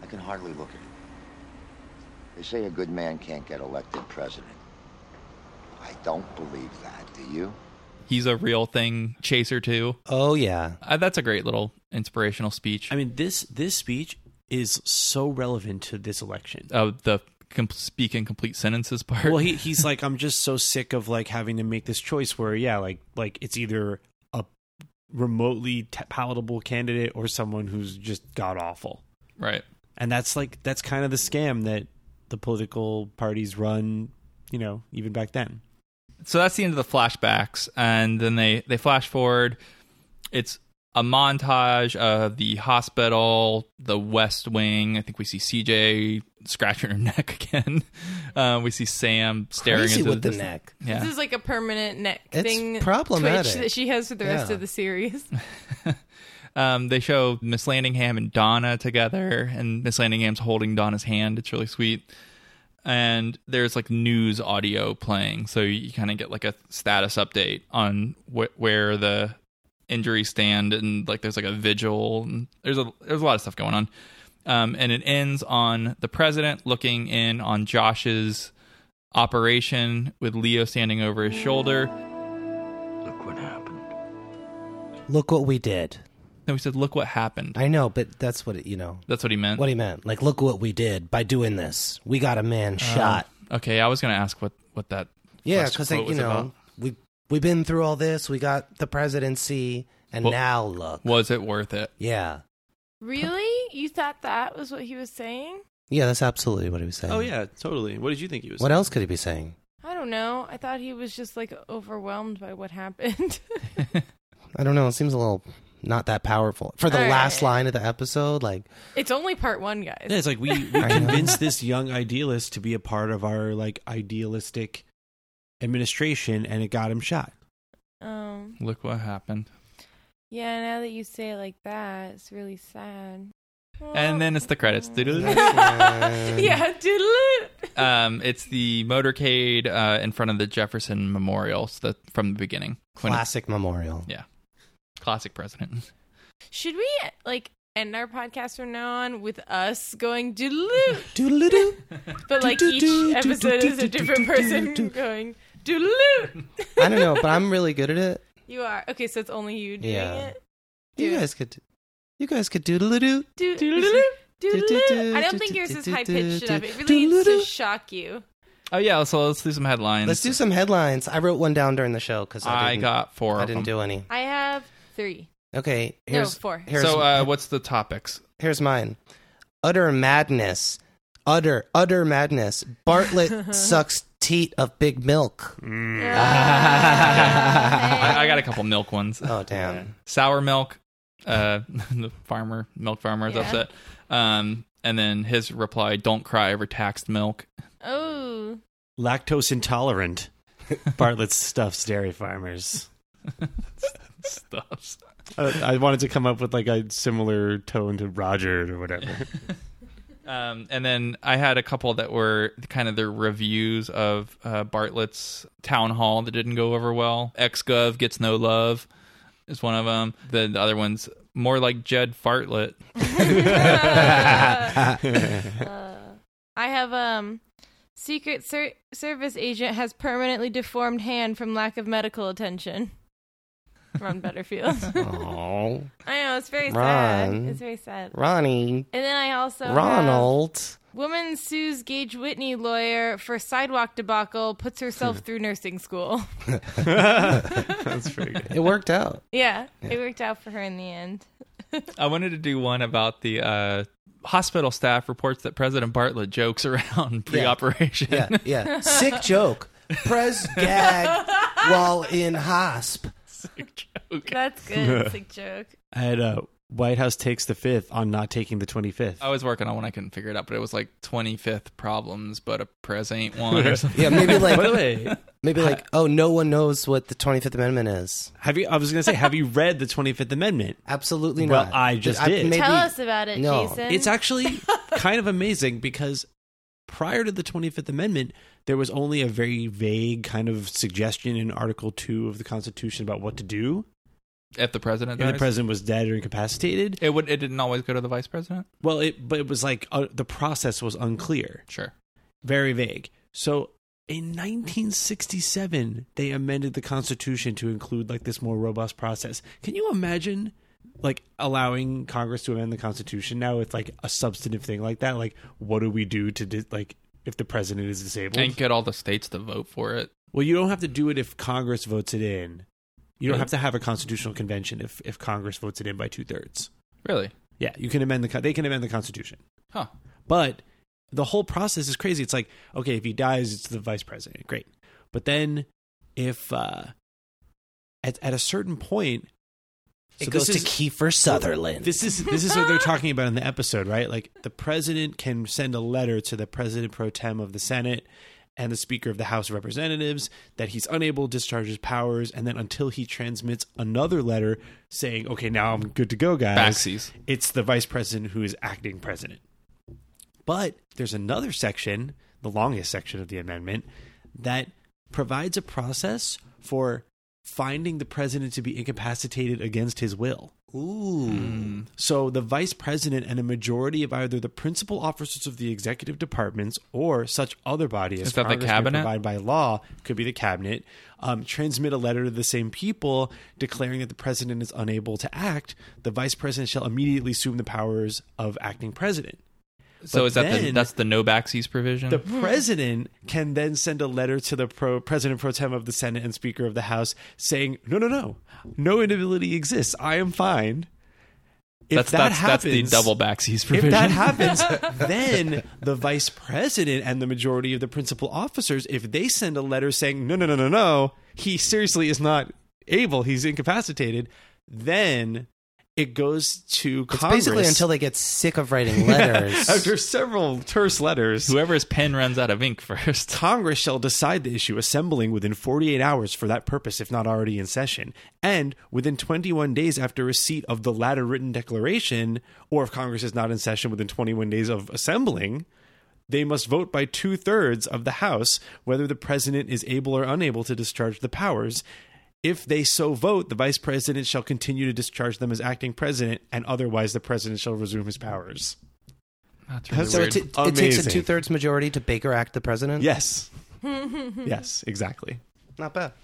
I can hardly look at him. They say a good man can't get elected president. I don't believe that, do you?
He's a real thing chaser too.
Oh yeah,
uh, that's a great little inspirational speech.
I mean this this speech is so relevant to this election.
Uh, the com- speak in complete sentences [laughs] part.
Well, he, he's like, I'm just so sick of like having to make this choice where, yeah, like like it's either a remotely t- palatable candidate or someone who's just god awful,
right?
And that's like that's kind of the scam that the political parties run, you know, even back then.
So that's the end of the flashbacks, and then they they flash forward. It's a montage of the hospital, the West Wing. I think we see CJ scratching her [laughs] neck again. Uh, we see Sam staring
Crazy
into
with the
dis-
neck.
Yeah.
This is like a permanent neck
It's
thing
problematic.
twitch that she has for the rest
Yeah.
of the series.
Um, they show Miss Landingham and Donna together, and Miss Landingham's holding Donna's hand. It's really sweet. And there's like news audio playing, so you kind of get like a status update on wh- where the injuries stand, and like there's like a vigil. And there's a there's a lot of stuff going on, um, and it ends on the president looking in on Josh's operation with Leo standing over his shoulder.
Look what happened.
Look what we did.
Then we said, "Look what happened."
I know, but that's what it, you know.
That's what he meant.
What he meant, like, look what we did by doing this. We got a man shot.
Um, okay, I was gonna ask what what that.
Yeah,
last
because
quote
like, you
was
know
about.
we we've been through all this. We got the presidency, and
Well-
now look.
was it worth it?
Yeah,
really? You thought that was what he was saying?
yeah, that's absolutely what he was saying.
Oh yeah, totally. What did you think he was?
What else could he be saying?
I don't know. I thought he was just like overwhelmed by what happened. [laughs]
I don't know. It seems a little not that powerful for the
All
last
right.
line of the episode. Like,
it's only part one, guys.
Yeah, it's like we, we
[laughs] I know.
convinced this young idealist to be a part of our like idealistic administration, and it got him shot.
Um,
Look what happened.
yeah, now that you say it like that, it's really sad.
And then it's the
[laughs]
credits.
[laughs] yeah, doodle it.
um, it's the motorcade uh, in front of the Jefferson Memorial so the, from the beginning. When-
classic
[laughs]
memorial.
yeah, classic president.
Should we like end our podcast from now on with us going doodle it?
Doodle-doo.
But like each episode is a different person going doodle it.
I don't know, but I'm really good at it.
[laughs] You are okay. So it's only you doing
Yeah.
it.
You
Dude.
guys could, you guys could doodle doo.
Do-
Doodle-doo.
doodle-doo. I don't
Doodle-doo.
think yours is
Doodle-doo.
high pitched enough. It really needs to shock you.
Oh yeah, so let's do some headlines.
Let's do some headlines. I wrote one down during the show because I,
I
didn't-
got four
I
of
didn't
them.
do any.
I have three.
Okay,
No,
here's
four.
Here's,
so uh, what's
[laughs]
the topics?
here's mine. Utter madness. Utter utter madness.
[laughs]
Bartlett sucks teat of big milk.
I, I got a couple milk ones.
Oh
[laughs]
damn.
Sour milk. Uh, [laughs] the farmer, milk farmer is
Yeah.
upset. Um, and then his reply: "Don't cry over taxed milk."
Oh, [laughs]
Lactose
[laughs]
intolerant. Bartlett stuffs dairy [laughs] farmers.
Stuffs.
I, I wanted to come up with like a similar tone to Roger or
[laughs]
whatever.
Um, and then I had a couple that were kind of the reviews of uh, Bartlett's town hall that didn't go over well. XGov gets no love is one of them. Then the other one's more like Jed Fartlett.
Uh,
Uh,
I have um, secret ser- service agent has permanently deformed hand from lack of medical attention. Ron Butterfield.
[laughs]
[laughs]
Oh.
I know it's very
Ron.
sad. It's very sad.
Ronnie.
And then I also have-
Ronald.
Woman sues Gage Whitney lawyer for sidewalk debacle,
[laughs]
puts herself through nursing school.
[laughs]
[laughs]
That's pretty good.
It worked out.
Yeah, it worked out for her in the end.
I wanted to do one about the uh, hospital staff reports that President Bartlett jokes [laughs] around pre-operation.
Yeah, yeah. Sick joke. Pres gag while in hosp. [laughs]
That's good. Sick joke.
I had uh, White House takes the fifth on not taking the twenty fifth. [laughs]
[laughs] I was working on one. I couldn't figure it out, but it was like 25th problems, but a pres ain't
[laughs]
one or something.
Yeah,
By
maybe
the
like
way,
maybe like oh no one knows what the twenty fifth amendment is.
[laughs] have you? I was gonna say, have you read the Twenty Fifth Amendment?
Absolutely
Well,
not.
I just
I've
did.
Tell us about it,
No.
Jason.
It's actually kind of amazing because prior to the Twenty Fifth Amendment, there was only a very vague kind of suggestion in Article Two of the Constitution about what to do
if the president
if
dies.
the president was dead or incapacitated.
it would it didn't always go to the vice president.
Well, it but it was like uh, the process was unclear.
Sure.
Very vague. So in 1967, they amended the Constitution to include like this more robust process. Can you imagine like allowing Congress to amend the Constitution now with like a substantive thing like that? Like, what do we do to dis- like if the president is disabled?
And get all the states to vote for it.
well, you don't have to do it if Congress votes it in. You don't
Right.
have to have a constitutional convention if, if Congress votes it in by two thirds.
Really?
Yeah, you can amend the con- they can amend the Constitution.
Huh.
But the whole process is crazy. It's like, okay, if he dies, it's the vice president. Great. But then if uh at at a certain point
It
so
goes
this
to Kiefer Sutherland.
This is this is what they're talking about in the episode, right? Like the president can send a letter to the president pro tem of the Senate and the Speaker of the House of Representatives that he's unable to discharge his powers, and then until he transmits another letter saying, "Okay, now I'm good to go, guys,"
Backsies.
it's the vice president who is acting president. But there's another section, the longest section of the amendment, that provides a process for finding the president to be incapacitated against his will.
Ooh.
Hmm.
So the vice president and a majority of either the principal officers of the executive departments or such other body as
Is that the
Congress may
cabinet?
provide by law, could be the cabinet, um, transmit a letter to the same people declaring that the president is unable to act. The vice president shall immediately assume the powers of acting president.
So
But
is that the,
then-
that's the no backsies provision?
the president can then send a letter to the pro, president pro tem of the Senate and Speaker of the House saying, "No, no, no, no inability exists. I am fine." If
that's
that
that's,
happens,
that's the double backsies provision.
If that happens, [laughs] then the vice president and the majority of the principal officers, if they send a letter saying, "No, no, no, no, no, he seriously is not able. He's incapacitated," then it goes to
It's
Congress. [laughs]
basically until they get sick of writing letters.
After several terse letters,
[laughs] whoever's pen runs out of ink first. [laughs]
Congress shall decide the issue, assembling within 48 hours for that purpose, if not already in session, and within 21 days after receipt of the latter written declaration, or if Congress is not in session within 21 days of assembling, they must vote by two thirds of the House whether the president is able or unable to discharge the powers. If they so vote, the vice president shall continue to discharge them as acting president, and otherwise the president shall resume his powers.
That's really
so
weird.
it, it takes a
Amazing.
two thirds majority to Baker Act the president? [laughs]
Yes, yes, exactly.
Not bad.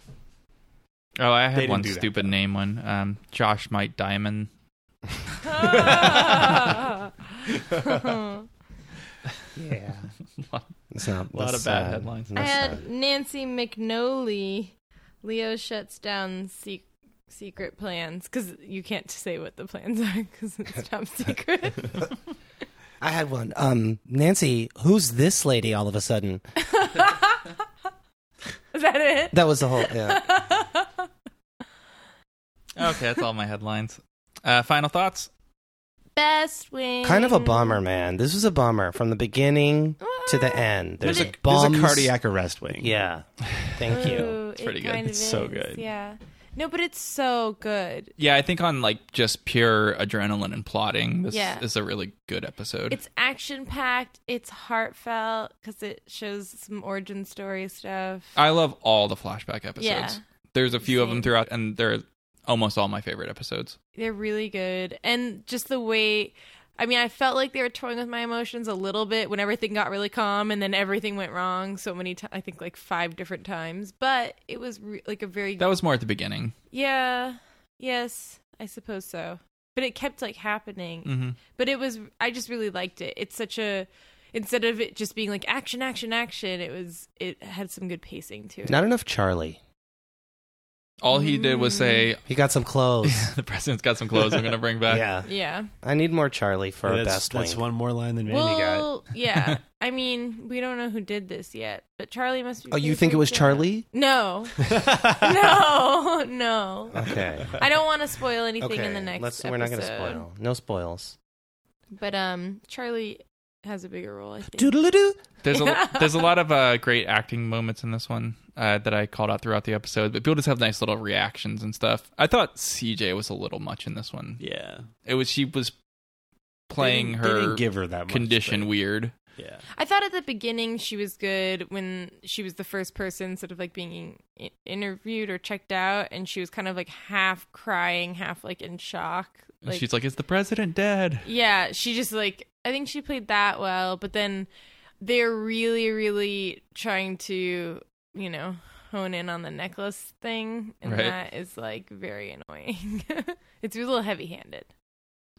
oh, I
They
had
didn't
one
do that,
stupid name one. Um, Josh Mike Diamond.
[laughs]
Yeah.
Lot-
It's not,
Lot
that's
of bad
sad.
headlines.
I
That's sad.
had Nancy McNally. Leo shuts down se- secret plans because you can't say what the plans are because
[laughs]
it's top secret. [laughs]
I had one. Um, Nancy, who's this lady all of a sudden?
Is that
[laughs]
it? [laughs]
That was the whole. Yeah.
Okay, that's all my headlines. Uh, final thoughts.
Best wing.
Kind of a bummer, man. This was a bummer from the beginning to the end. There's
But
a
it-
bomb.
There's a cardiac arrest wing.
[laughs] Yeah. Thank
[laughs]
you.
Ooh,
It's pretty
it
good.
kind of
It's so
is,
good.
Yeah. No, but it's so good.
Yeah, I think on like just pure adrenaline and plotting, this
Yeah.
is a really good episode.
It's action packed. It's heartfelt because it shows some origin story stuff.
I love all the flashback episodes.
Yeah.
There's a few of them
Same.
throughout, and they're almost all my favorite episodes.
They're really good. And just the way I mean, I felt like they were toying with my emotions a little bit when everything got really calm and then everything went wrong so many times, I think like five different times, but it was re- like a very
That was more at the beginning.
Yeah. Yes, I suppose so. But it kept like happening.
Mhm.
But it was I just really liked it. It's such a instead of it just being like action action action, it was it had some good pacing to it.
Not enough Charlie.
All he did was say,
He got some clothes.
[laughs] "The president's got some clothes. I'm gonna bring back."
yeah.
yeah.
I need more Charlie for a
that's,
best
that's
wing.
one more line than Mandy got.
Well, [laughs] yeah. I mean, we don't know who did this yet, but Charlie must be.
Oh, you
pretty
think it was
freaked out.
Charlie?
No. [laughs]
[laughs]
no, [laughs] no.
Okay.
I don't want to spoil anything
okay.
in the next
Let's,
episode.
we're not going to spoil. No spoils.
But um, Charlie has a bigger role, I think.
Doodle-doo.
There's
[laughs]
a there's a lot of uh, great acting moments in this one uh, that I called out throughout the episode, but people just have nice little reactions and stuff. I thought CJ was a little much in this one.
Yeah.
It was she was
They
playing
didn't-
her
they didn't give her that much,
condition
but-
weird. Yeah.
I thought at the beginning she was good when she was the first person sort of like being i- interviewed or checked out, and she was kind of like half crying, half like in shock.
And she's like, "Is the president dead?"
Yeah, she just like I think she played that well, but then they're really, really trying to, you know, hone in on the necklace thing, and
Right.
that is like very annoying. [laughs] it's a little heavy-handed,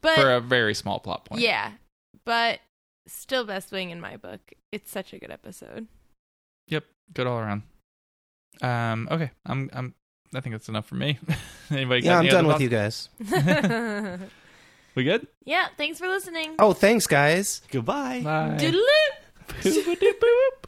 but
for a very small plot point.
yeah, but still best wing in my book. It's such a good episode.
Yep. Good all around. Um. Okay. I'm. I'm. I think that's enough for me. [laughs] Anybody?
Yeah,
got
I'm
any
done
other
with you
thoughts?
guys.
[laughs] yeah,
we good?
thanks for listening.
Oh, thanks, guys.
Goodbye.
Doodle-oop.
Boop-a-doop-boop.